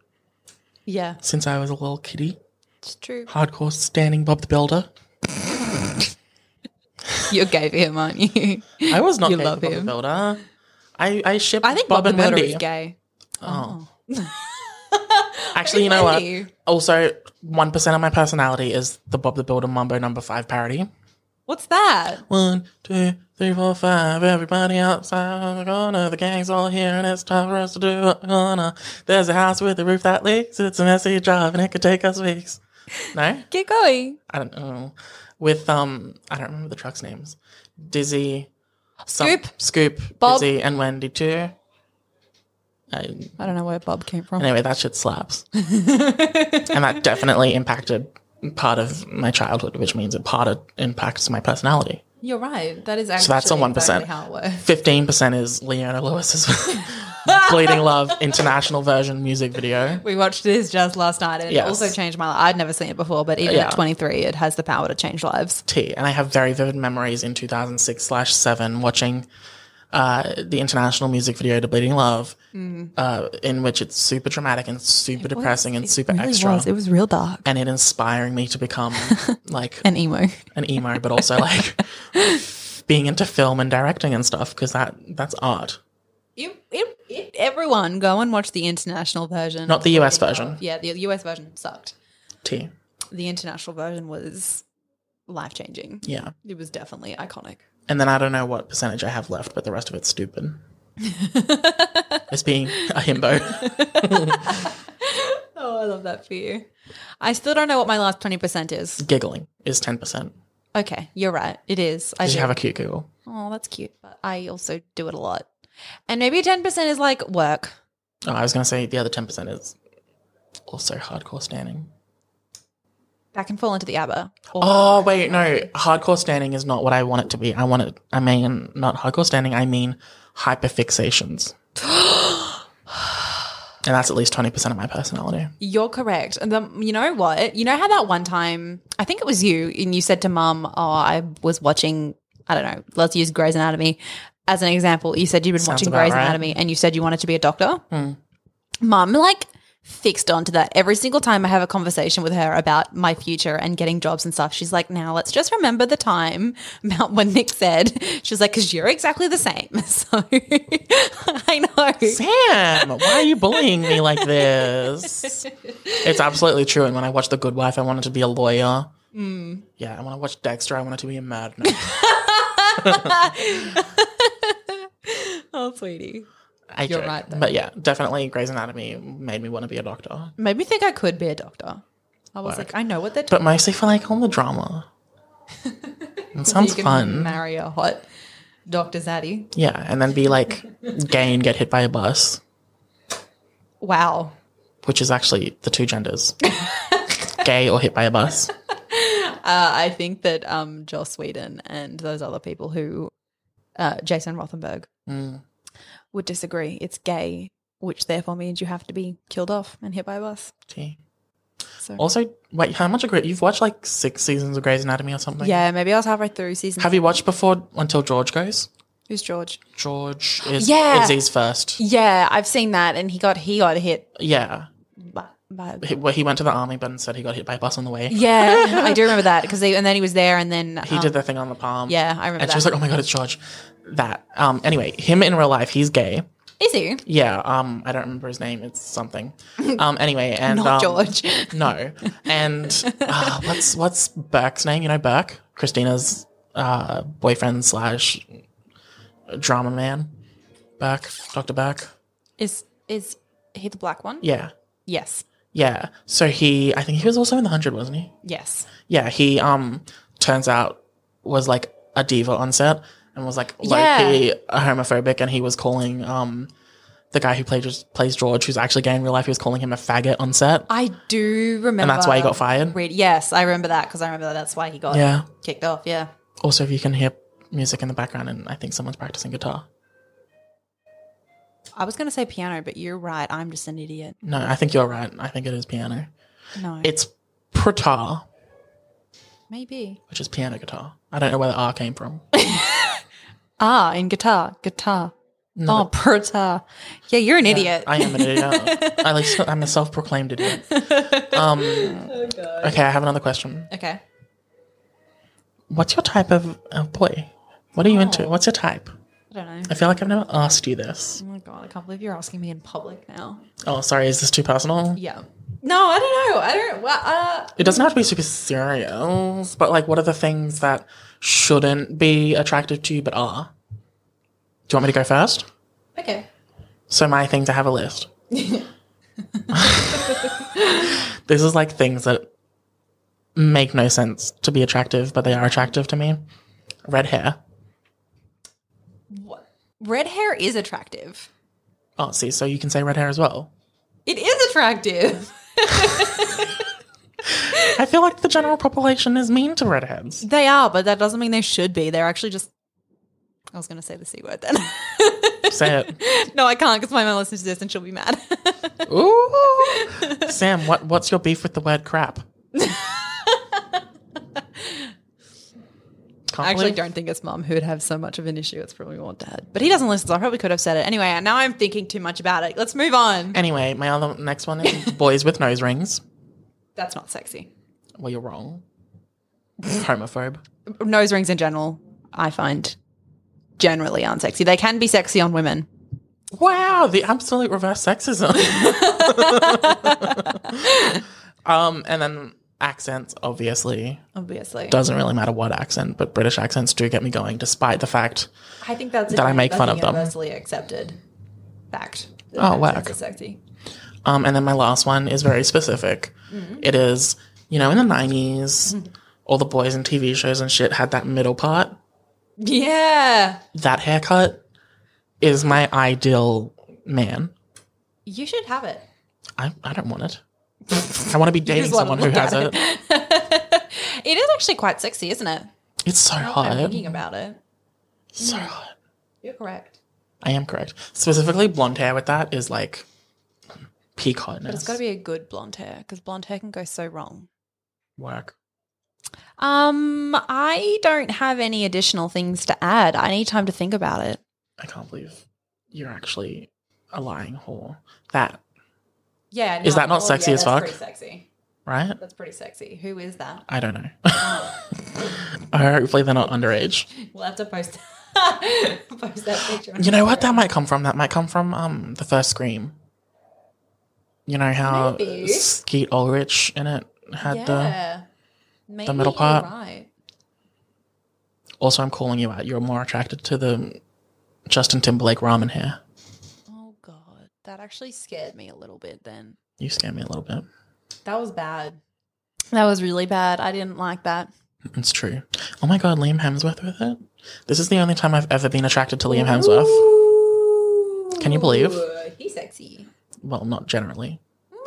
S2: Yeah,
S1: since I was a little kitty.
S2: it's true.
S1: Hardcore standing Bob the Builder.
S2: You're gay for him, aren't you?
S1: I was not
S2: You
S1: gay
S2: love
S1: for Bob
S2: him.
S1: the Builder. I I ship.
S2: I think
S1: Bob, and
S2: Builder
S1: Wendy.
S2: is gay.
S1: Oh. Actually, you know what?
S2: Wendy.
S1: Also, one percent of my personality is the Bob the Builder Mumbo Number Five parody.
S2: What's that?
S1: One, two, three, four, five. Everybody outside on the corner. The gang's all here, and it's time for us to do what we wanna. There's a house with a roof that leaks. It's a messy job, and it could take us weeks. No,
S2: Get going.
S1: I don't know. With um, I don't remember the trucks' names. Dizzy, some-
S2: Scoop.
S1: Scoop,
S2: Bob.
S1: Dizzy, and Wendy too. I,
S2: I don't know where Bob came from.
S1: Anyway, that shit slaps. and that definitely impacted part of my childhood, which means it part of impacts my personality.
S2: You're right. That is actually
S1: So that's a 1%. Fifteen percent is Leona Lewis's Bleeding Love international version music video.
S2: We watched this just last night and it
S1: Yes.
S2: also changed my life. I'd never seen it before, but even
S1: Yeah.
S2: at 23, it has the power to change lives.
S1: T and I have very vivid memories in two thousand six slash seven watching uh, the international music video to Bleeding Love,
S2: Mm.
S1: uh, in which it's super dramatic and super depressing and super extra,
S2: It was real dark.
S1: and it inspiring me to become like
S2: And emo.
S1: an emo, but also like being into film and directing and stuff because that that's art,
S2: You, it, it, everyone, go and watch the international version.
S1: not the US version.
S2: yeah, the US version sucked.
S1: T.
S2: the international version was life changing.
S1: Yeah,
S2: It was definitely iconic.
S1: and then I don't know what percentage I have left, but the rest of it's stupid. it's being a himbo.
S2: Oh, I love that for you. I still don't know what my last 20% is.
S1: Giggling is ten percent.
S2: Okay, you're right. It is. I
S1: Did you
S2: do.
S1: have a cute giggle?
S2: oh, that's cute. But I also do it a lot. And maybe 10% is like work.
S1: Oh, I was gonna say the other ten percent is also hardcore standing.
S2: That can fall into the ABBA. Or
S1: Oh wait, no, hardcore standing is not what I want it to be. I want it. I mean, not hardcore standing. I mean hyperfixations. and that's at least twenty percent of my personality.
S2: You're correct. And the, you know what? You know how that one time, I think it was you, and you said to mum, Oh, I was watching, I don't know, let's use Grey's Anatomy. as an example, you said you've been
S1: Sounds
S2: watching
S1: about
S2: Grey's
S1: right. Hmm.
S2: Anatomy and you said you wanted to be a doctor. Mum, like, fixed onto that. Every single time I have a conversation with her about my future and getting jobs and stuff, she's like, now let's just remember the time about when Nick said, she's like, because you're exactly the same. So I know.
S1: Sam, why are you bullying me like this? It's absolutely true. And when I watched The Good Wife, I wanted to be a lawyer. Yeah, and when I watched Dexter, I wanted to be a madman.
S2: Oh, sweetie.
S1: I
S2: You're
S1: joke.
S2: right, though.
S1: But yeah, definitely Grey's Anatomy made me want to be a doctor.
S2: Made me think I could be a doctor. I was like, I know what they're doing.
S1: But mostly for like all the drama. It sounds fun.
S2: Marry a hot Dr. Zaddy.
S1: yeah, and then be like gay and get hit by a bus,
S2: Wow.
S1: which is actually the two genders gay or hit by a bus.
S2: Uh, I think that um, Joss Whedon and those other people who, uh, Jason Rothenberg,
S1: Hmm.
S2: would disagree. It's gay, which therefore means you have to be killed off and hit by a bus.
S1: Gee.
S2: So-
S1: Also, wait, how much of Grey? You've watched like six seasons of Grey's Anatomy or something?
S2: Yeah, maybe I was halfway through season.
S1: Have you watched before until George goes?
S2: Who's George?
S1: George is
S2: Yeah.
S1: Izzy's first.
S2: Yeah, I've seen that, and he got he got hit.
S1: Yeah.
S2: By, by,
S1: He, well, he went to the army but said he got hit by a bus on the way.
S2: yeah, I do remember that because and then he was there, and then um,
S1: He did the thing on the palm.
S2: Yeah, I
S1: And
S2: remember that.
S1: she was like, oh my God, it's George. That. Um, anyway, him in real life, he's gay.
S2: Is he?
S1: Yeah, um, I don't remember his name. It's something. Um, anyway, and
S2: Not
S1: um,
S2: George.
S1: No, and uh, what's what's Burke's name? You know Burke, Christina's uh, boyfriend slash drama man. Burke, Doctor Burke.
S2: Is is he the black one?
S1: Yeah,
S2: Yes.
S1: yeah. So he, I think he was also in the hundred, wasn't he?
S2: Yes.
S1: Yeah, he um turns out was like a diva on set and was like low key homophobic, and he was calling um the guy who played plays George, who's actually gay in real life, he was calling him a faggot on set.
S2: I do remember.
S1: And that's why he got fired.
S2: Read- yes, I remember that because I remember that that's why he got
S1: Yeah.
S2: kicked off. Yeah.
S1: Also, if you can hear music in the background, and I think someone's practicing guitar.
S2: I was going to say piano, but you're right. I'm just an idiot.
S1: No, I think you're right. I think it is piano.
S2: No.
S1: It's pratar,
S2: Maybe.
S1: which is piano guitar. I don't know where the R came from.
S2: Ah, in guitar. Guitar. Oh, prota. Yeah, you're an idiot.
S1: I am an idiot. I like, I'm a self-proclaimed idiot. Um, okay, I have another question.
S2: okay.
S1: What's your type of uh, boy? What are you into? What's your type?
S2: I don't know.
S1: I feel like I've never asked you this.
S2: Oh my God. I can't believe you're asking me in public now.
S1: Oh, sorry. Is this too personal?
S2: Yeah. No, I don't know. I don't. Well, uh,
S1: It doesn't have to be super serious, but like, what are the things that shouldn't be attractive to you but are? Do you want me to go first?
S2: okay.
S1: So my things, I have a list. this is like things that make no sense to be attractive, but they are attractive to me. Red hair.
S2: Red hair is attractive.
S1: Oh, see, so you can say red hair as well.
S2: It is attractive.
S1: I feel like the general population is mean to redheads.
S2: They are, but that doesn't mean they should be. They're actually just. I was going to say the C word then.
S1: Say it.
S2: no, I can't because my mum listens to this and she'll be mad.
S1: Ooh. Sam, what, what's your beef with the word crap? Can't
S2: I actually
S1: believe-
S2: don't think it's mum who would have so much of an issue. It's probably more dad. But he doesn't listen, so I probably could have said it. Anyway, now I'm thinking too much about it. Let's move on.
S1: Anyway, my other next one is boys with nose rings.
S2: That's not sexy.
S1: Well, you're wrong. Homophobe.
S2: Nose rings in general, I find generally aren't sexy. They can be sexy on women.
S1: Wow, the absolute reverse sexism. um, and then accents, obviously.
S2: Obviously.
S1: Doesn't really matter what accent, but British accents do get me going, despite the fact
S2: I think that's
S1: That I make fun of them.
S2: universally accepted fact. that
S1: Oh,
S2: nose rings
S1: whack.
S2: are Sexy.
S1: Um, and then my last one is very specific.
S2: Mm-hmm.
S1: It is, you know, in the 90s, all the boys in TV shows and shit had that middle part.
S2: Yeah.
S1: That haircut is my ideal man.
S2: You should have it.
S1: I, I don't want it. I want to be dating
S2: just wanna
S1: someone who
S2: look
S1: has
S2: at
S1: it.
S2: It is actually quite sexy, isn't it?
S1: It's so
S2: Now that I'm
S1: hot.
S2: thinking about it.
S1: So hot.
S2: You're correct.
S1: I am correct. Specifically, blonde hair with that is like peak hotness.
S2: But it's got to be a good blonde hair because blonde hair can go so wrong.
S1: work.
S2: Um, I don't have any additional things to add. I need time to think about it.
S1: I can't believe you're actually a lying whore. That,
S2: Yeah.
S1: Is that not
S2: well,
S1: sexy
S2: yeah,
S1: as
S2: that's
S1: fuck?
S2: Pretty sexy.
S1: right?
S2: That's pretty sexy. Who is that?
S1: I don't know. Hopefully they're not underage.
S2: We'll have to post post that picture. on
S1: You know what
S2: Instagram.
S1: that might come from? That might come from um the first Scream. You know how
S2: Maybe.
S1: Skeet Ulrich in it had the.
S2: yeah. Maybe
S1: middle
S2: you're
S1: part.
S2: Right.
S1: Also, I'm calling you out. You're more attracted to the Justin Timberlake ramen hair.
S2: Oh god, that actually scared me a little bit. Then
S1: You scare me a little bit.
S2: that was bad. That was really bad. I didn't like that.
S1: It's true. Oh my god, Liam Hemsworth with it. This is the only time I've ever been attracted to Liam Hemsworth. Can you believe?
S2: Ooh, He's sexy.
S1: Well, not generally.
S2: Well,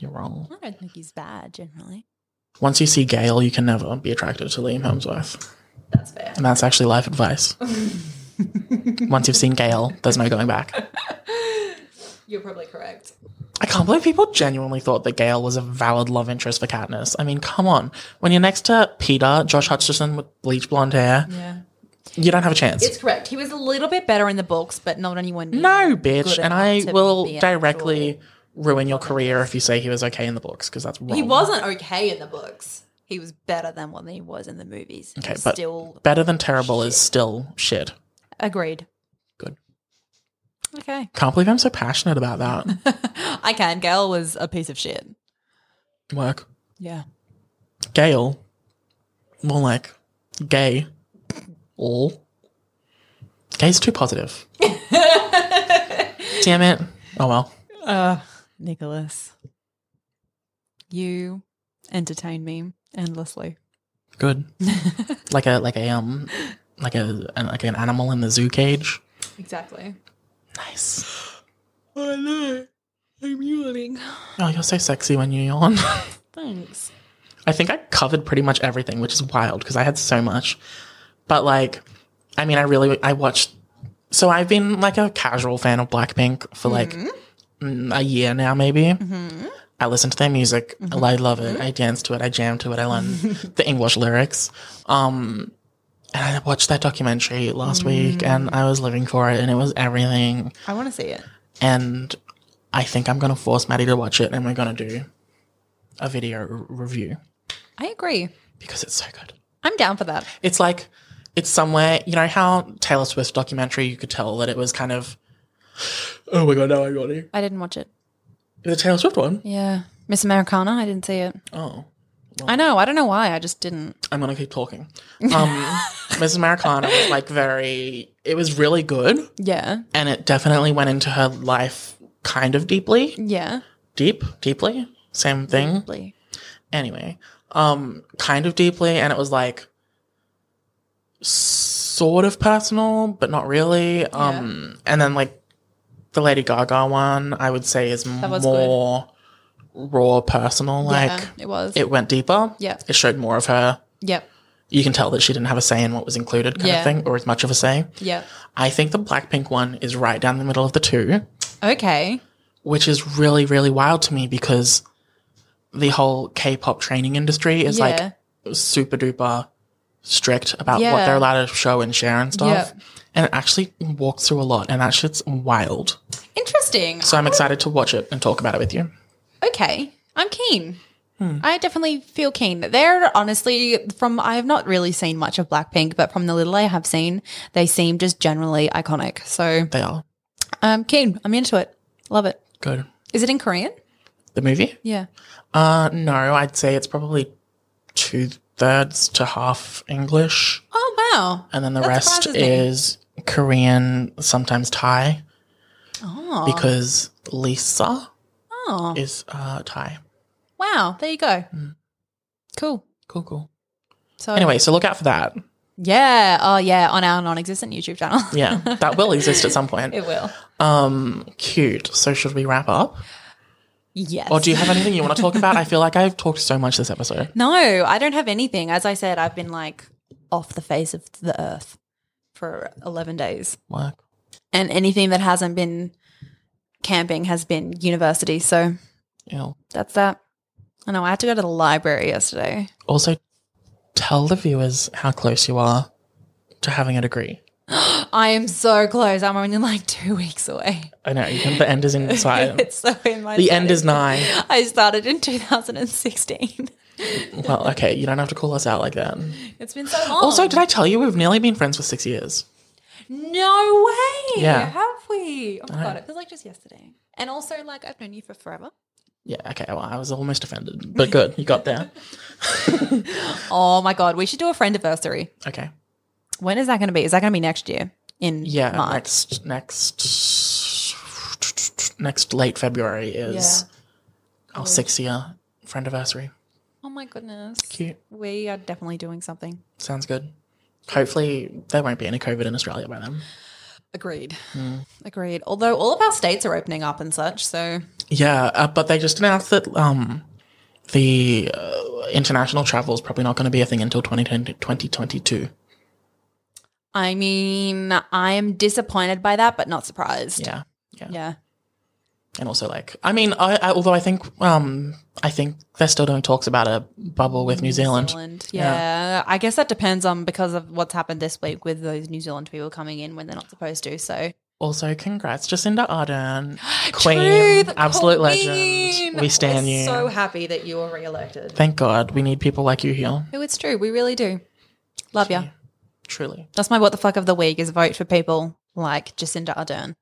S1: You're wrong.
S2: I don't think he's bad generally.
S1: Once you see Gail, you can never be attracted to Liam Hemsworth.
S2: That's fair.
S1: And that's actually life advice. Once you've seen Gail, there's no going back.
S2: You're probably correct.
S1: I can't believe people genuinely thought that Gail was a valid love interest for Katniss. I mean, come on. When you're next to Peter, Josh Hutcherson with bleach blonde hair,
S2: Yeah,
S1: you don't have a chance.
S2: it's correct. He was a little bit better in the books, but not anyone. knew
S1: no,
S2: good
S1: bitch. And
S2: enough
S1: I
S2: to
S1: will
S2: be an
S1: directly
S2: actual-
S1: ruin your career if you say he was okay in the books, because that's wrong.
S2: He wasn't okay in the books. He was better than what he was in the movies. He
S1: Okay,
S2: was
S1: but
S2: still
S1: better than terrible is still shit.
S2: agreed.
S1: Good.
S2: Okay,
S1: Can't believe I'm so passionate about that.
S2: I can. Gail was a piece of shit.
S1: Work.
S2: Yeah.
S1: Gail. More like gay. All. Gay's too positive. Damn it. Oh well.
S2: Uh, Nicholas, you entertain me endlessly.
S1: Good. like a like a um like a an, like an animal in the zoo cage.
S2: Exactly.
S1: Nice.
S2: Oh no, I'm yawning.
S1: Oh, you're so sexy when you yawn.
S2: Thanks.
S1: I think I covered pretty much everything, which is wild because I had so much. But like, I mean, I really I watched. So I've been like a casual fan of Blackpink for like
S2: Mm-hmm.
S1: mm, a year now, maybe. I listen to their music.
S2: Mm-hmm.
S1: I love it. I dance to it. I jam to it. I learn the English lyrics. Um, and I watched that documentary last
S2: Mm.
S1: week, and I was living for it, and it was everything.
S2: I want to see it.
S1: And I think I'm gonna force Maddie to watch it, and we're gonna do a video r- review
S2: I agree.
S1: because it's so good.
S2: I'm down for that.
S1: It's like it's somewhere, you know how Taylor Swift documentary you could tell that it was kind of Oh my god, now I got it.
S2: I didn't watch it.
S1: The Taylor Swift one?
S2: Yeah, Miss Americana. I didn't see it.
S1: Oh.
S2: I know. I don't know why. I just didn't.
S1: I'm gonna keep talking. Um Mrs. Americana was like very it was really good
S2: Yeah.
S1: and it definitely went into her life kind of deeply.
S2: Yeah.
S1: Deep, deeply. Same thing.
S2: Probably.
S1: anyway, um, kind of deeply, and it was like sort of personal, but not really. Um, and then like the Lady Gaga one, I would say is
S2: was
S1: more raw, personal. Like
S2: yeah, it was.
S1: it went deeper.
S2: Yeah.
S1: it showed more of her.
S2: yep.
S1: You can tell that she didn't have a say in what was included, kind
S2: Yeah.
S1: of thing, or as much of a say.
S2: Yep.
S1: I think the Blackpink one is right down the middle of the two
S2: Okay.
S1: which is really really wild to me because the whole K-pop training industry is
S2: Yeah.
S1: like super duper strict about what
S2: Yeah.
S1: they're allowed to show and share and stuff.
S2: Yeah.
S1: And it actually walks through a lot, and that shit's wild.
S2: Interesting.
S1: So I'm excited to watch it and talk about it with you.
S2: okay. I'm keen. I definitely feel keen. They're honestly from I have not really seen much of Blackpink, but from the little I have seen, they seem just generally iconic. So
S1: They are
S2: I'm keen. I'm into it. Love it.
S1: good.
S2: Is it in Korean?
S1: The movie?
S2: Yeah.
S1: Uh, no, I'd say it's probably two thirds to half English,
S2: Oh wow.
S1: and then the
S2: That
S1: rest
S2: surprises me.
S1: is Korean, sometimes Thai,
S2: Oh.
S1: because Lisa
S2: oh.
S1: is uh, Thai.
S2: Wow. There you go. Cool.
S1: Cool, cool.
S2: So
S1: Anyway, so look out for that.
S2: Yeah. Oh yeah. On our non-existent YouTube channel.
S1: Yeah, that will exist at some point.
S2: it will.
S1: Um, cute. So should we wrap up,
S2: Yes.
S1: or do you have anything you want to talk about? I feel like I've talked so much this episode.
S2: No, I don't have anything. As I said, I've been like off the face of the earth for 11 days.
S1: Work.
S2: And anything that hasn't been camping has been university. So
S1: Ew.
S2: that's that. I know I had to go to the library yesterday.
S1: Also, tell the viewers how close you are to having a degree.
S2: I am so close. I'm only like two weeks away.
S1: I know you can, the end is in sight.
S2: it's so in my
S1: The end is
S2: sight.
S1: nigh.
S2: I started in 2016.
S1: Well, okay, you don't have to call us out like that.
S2: It's been so long.
S1: Also, did I tell you we've nearly been friends for six years?
S2: no way.
S1: Yeah.
S2: Have we? Oh my
S1: I-
S2: god, it feels like just yesterday. And also, like I've known you for forever.
S1: Yeah. Okay. Well, I was almost offended, but good, you got there.
S2: Oh my god, we should do a friend anniversary.
S1: Okay.
S2: When is that going to be? Is that going to be next year in
S1: Yeah.
S2: March?
S1: Next. Next. Next late February is our six year friend anniversary.
S2: Oh my goodness.
S1: Cute.
S2: We are definitely doing something.
S1: Sounds good. Hopefully, there won't be any COVID in Australia by then.
S2: Agreed.
S1: Hmm.
S2: Agreed. Although all of our states are opening up and such, so
S1: Yeah, uh, but they just announced that um, the uh, international travel is probably not going to be a thing until 2020, 2022.
S2: I mean, I am disappointed by that, but not surprised.
S1: Yeah.
S2: Yeah.
S1: And also, like, I mean, I, I, although I think, um, I think they're still doing talks about a bubble with New Zealand.
S2: Yeah. I guess that depends on because of what's happened this week with those New Zealand people coming in when they're not supposed to. So
S1: Also, congrats, Jacinda Ardern,
S2: True,
S1: Queen,
S2: the
S1: absolute
S2: Queen!
S1: legend. We stand
S2: We're
S1: you.
S2: So happy that you were re-elected.
S1: Thank God, we need people like you here.
S2: Oh, it's true. We really do. Love ya.
S1: Truly,
S2: That's my what the fuck of the week is vote for people like Jacinda Ardern.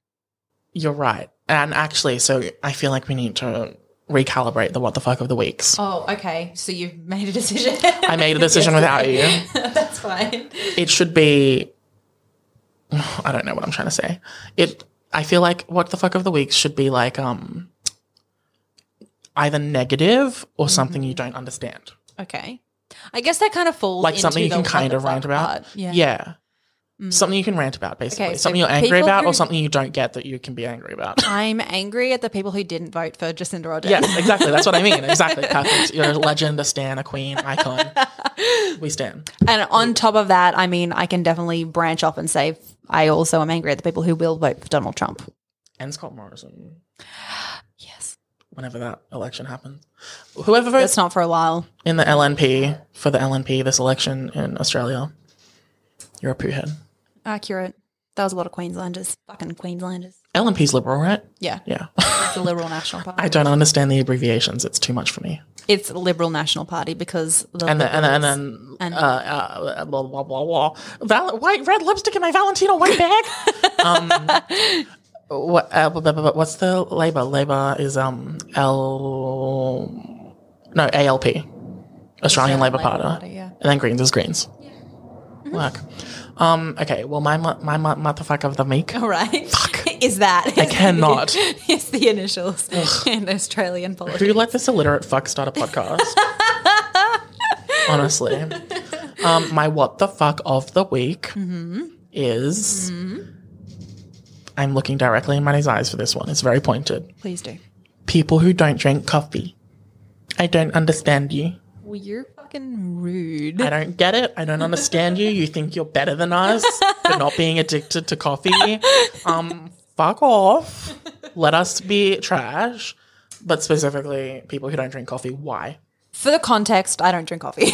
S1: you're right. And actually, so I feel like we need to recalibrate the what the fuck of the weeks.
S2: Oh, okay. So you've made a decision.
S1: I made a decision without you.
S2: That's fine.
S1: it should be I don't know what I'm trying to say. It I feel like what the fuck of the week should be like um either negative or something
S2: Mm-hmm.
S1: you don't understand.
S2: Okay. I guess that kind of falls
S1: Like
S2: into
S1: something you
S2: the
S1: can
S2: what
S1: kind
S2: the
S1: of rant
S2: fuck
S1: about.
S2: part.
S1: Yeah.
S2: Yeah. Mm.
S1: Something you can rant about basically.
S2: Okay, so
S1: something you're angry
S2: people
S1: about
S2: who-
S1: or something you don't get that you can be angry about.
S2: I'm angry at the people who didn't vote for Jacinda Ardern.
S1: yes, exactly. That's what I mean. Exactly. Perfect. You're a legend, a stan, a queen, icon. We stand.
S2: And on top of that, I mean, I can definitely branch off and say I also am angry at the people who will vote for Donald Trump.
S1: And Scott Morrison.
S2: Yes.
S1: Whenever that election happens. Whoever votes
S2: That's not for a while.
S1: in the LNP for the LNP this election in Australia. You're a poo head.
S2: Accurate. That was a lot of Queenslanders. Fucking Queenslanders.
S1: LNP's liberal, right?
S2: Yeah.
S1: Yeah.
S2: It's the Liberal National Party.
S1: I don't understand the abbreviations. It's too much for me.
S2: it's the Liberal National Party because the
S1: And then, and then, and
S2: Liberals-
S1: then, uh, uh, blah, blah, blah, blah. Val- white, red lipstick in my Valentino white bag. um, what, uh, blah, blah, blah, blah. what's the Labour? Labour is, um, L, no, ALP, Australian, Labour,
S2: Labour
S1: Party.
S2: Party, yeah.
S1: And then Greens is Greens. Work. Um, okay. Well, my, mu- my, my motherfucker of the week.
S2: all right. Is that
S1: I cannot.
S2: It's the initials in Australian politics.
S1: Who let this illiterate fuck start a podcast? Honestly. Um, my what the fuck of the week is. I'm looking directly in Manny's eyes for this one. It's very pointed.
S2: Please do.
S1: People who don't drink coffee. I don't understand you.
S2: Well, you're fucking rude.
S1: I don't get it. I don't understand you. You think you're better than us for not being addicted to coffee. Um, fuck off. Let us be trash. But specifically, people who don't drink coffee. Why?
S2: For the context, I don't drink coffee.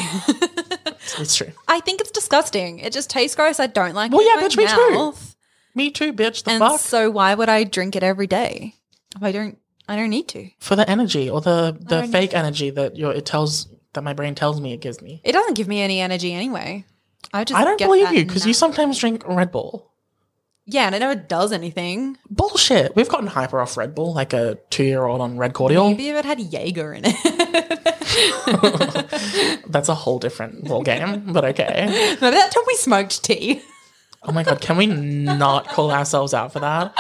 S1: It's true.
S2: I think it's disgusting. It just tastes gross. I don't like
S1: Well,
S2: it. in
S1: yeah,
S2: my
S1: bitch, me too.
S2: mouth.
S1: Me too, bitch. The
S2: And
S1: fuck
S2: so why would I drink it every day? If I don't I don't need to.
S1: for the energy or the the fake energy that your it tells that my brain tells me it gives me.
S2: It doesn't give me any energy anyway. I just
S1: I don't
S2: get
S1: believe
S2: that
S1: you because you
S2: now.
S1: sometimes drink Red Bull.
S2: Yeah, and it never does anything.
S1: Bullshit. We've gotten hyper off Red Bull like a two year old on Red Cordial.
S2: Maybe if it had Jaeger in it.
S1: That's a whole different ball game, but okay.
S2: Remember that time we smoked tea?
S1: Oh my god, can we not call ourselves out for that?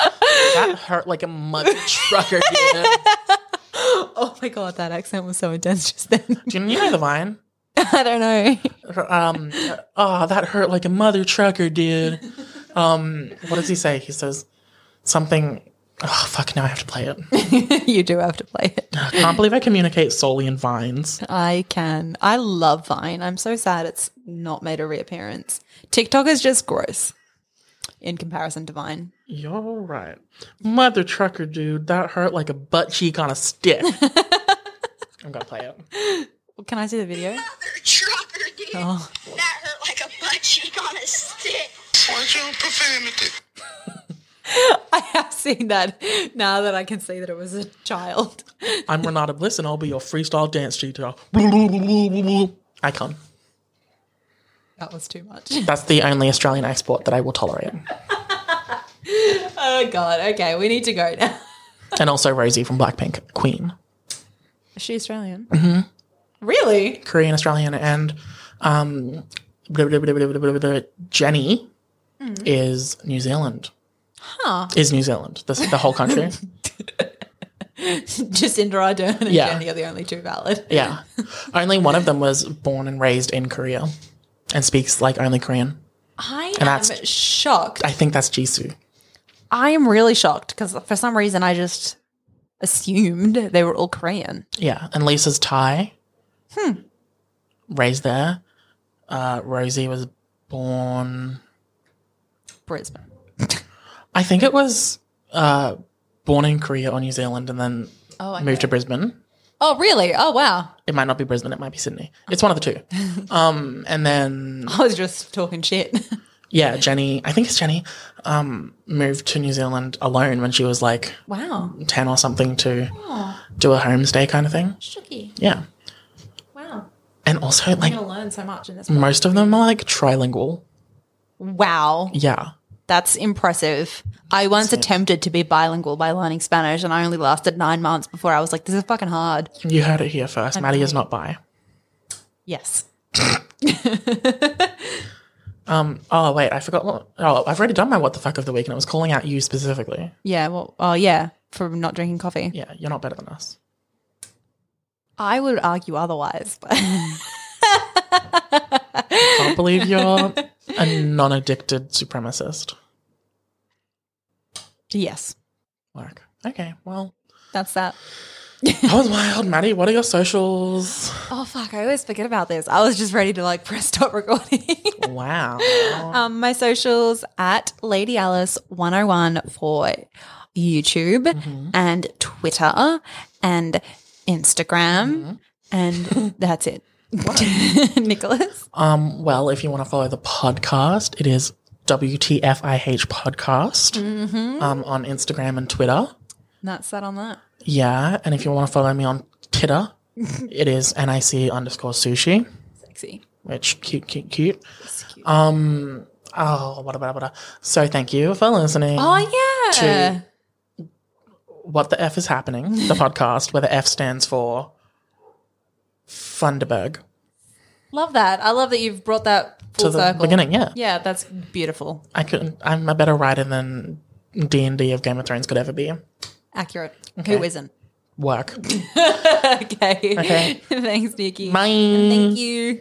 S1: That hurt like a mother trucker. Did.
S2: Oh my god, that accent was so intense just then.
S1: Do you know the vine?
S2: I don't know.
S1: um, oh, that hurt like a mother trucker did. Um, what does he say? He says something. Oh, fuck, now I have to play it.
S2: you do have to play it.
S1: I can't believe I communicate solely in vines.
S2: I can. I love Vine. I'm so sad it's not made a reappearance. TikTok is just gross in comparison to Vine.
S1: You're right. Mother trucker dude, that hurt like a butt cheek on a stick. I'm gonna play it.
S2: Well, can I see the video?
S4: Trucker, dude.
S2: Oh.
S4: That hurt like a butt cheek on a stick.
S3: Why
S5: at your profanity.
S2: I have seen that now that I can see that it was a child.
S1: I'm Renata Bliss, and I'll be your freestyle dance teacher. Icon.
S2: That was too much.
S1: That's the only Australian export that I will tolerate.
S2: Oh god. Okay, we need to go now.
S1: And also Rosie from Blackpink, Queen,
S2: Is she Australian? Mm-hmm. Really?
S1: Korean Australian, and um, Jenny is New Zealand. Mm-hmm. Huh? Is New Zealand the, the whole country?
S2: Jacinda Ardern and
S1: Yeah.
S2: Jenny are the only two valid.
S1: yeah. Only one of them was born and raised in Korea, and speaks like only Korean.
S2: I am
S1: that's-
S2: shocked.
S1: I think that's Jisoo.
S2: I am really shocked because for some reason I just assumed they were all Korean.
S1: Yeah, and Lisa's Thai. Hmm. Raised there. Uh, Rosie was born.
S2: Brisbane.
S1: I think it was uh, born in Korea or New Zealand, and then
S2: Oh, okay.
S1: moved to Brisbane.
S2: Oh, really? Oh, wow.
S1: It might not be Brisbane. It might be Sydney. It's one of the two. Um, and then
S2: I was just talking shit.
S1: yeah, Jenny. I think it's Jenny. Um, moved to New Zealand alone when she was like
S2: wow.
S1: ten or something to do a homestay kind of thing.
S2: Shooky.
S1: Yeah,
S2: Wow.
S1: and also like
S2: to learn so much in this.
S1: most of them are like trilingual.
S2: Wow.
S1: Yeah,
S2: That's impressive. I once attempted to be bilingual by learning Spanish and I only lasted nine months before I was like, this is fucking hard.
S1: you heard it here first. Maddie is not bi.
S2: Yes.
S1: Oh wait, I forgot what. Oh, I've already done my what the fuck of the week, and it was calling out you specifically.
S2: Yeah. Well, oh, yeah. For not drinking coffee.
S1: Yeah, you're not better than us.
S2: I would argue otherwise, but
S1: Can't believe you're a non-addicted supremacist.
S2: yes,
S1: Work. Okay, well,
S2: that's that.
S1: that was wild, Maddie. What are your socials?
S2: Oh, fuck. I always forget about this. I was just ready to like press stop recording.
S1: Wow.
S2: um, my socials at Lady Alice 101 for YouTube
S1: Mm-hmm.
S2: and Twitter and
S1: Mm-hmm.
S2: Instagram. And that's it. Nicholas.
S1: Um, well, if you want to follow the podcast, it is WTFIH podcast
S2: Mm-hmm.
S1: um, on Instagram and Twitter.
S2: That's that on that.
S1: Yeah, and if you want to follow me on Titter, it is NIC underscore sushi.
S2: Sexy.
S1: which cute, cute, cute. Um, oh, what about what? So thank you for listening.
S2: Oh,
S1: Mm.
S2: yeah.
S1: To- What the f is happening? The podcast where the F stands for Funderberg
S2: Love that. I love that you've brought that full
S1: to the
S2: circle.
S1: beginning. Yeah,
S2: Yeah, that's beautiful.
S1: I could. I'm a better writer than D and D of Game of Thrones could ever be.
S2: Accurate. Who
S1: Okay.
S2: isn't?
S1: Work.
S2: Okay.
S1: Okay.
S2: Thanks, Nikki.
S1: Bye.
S2: Thank you.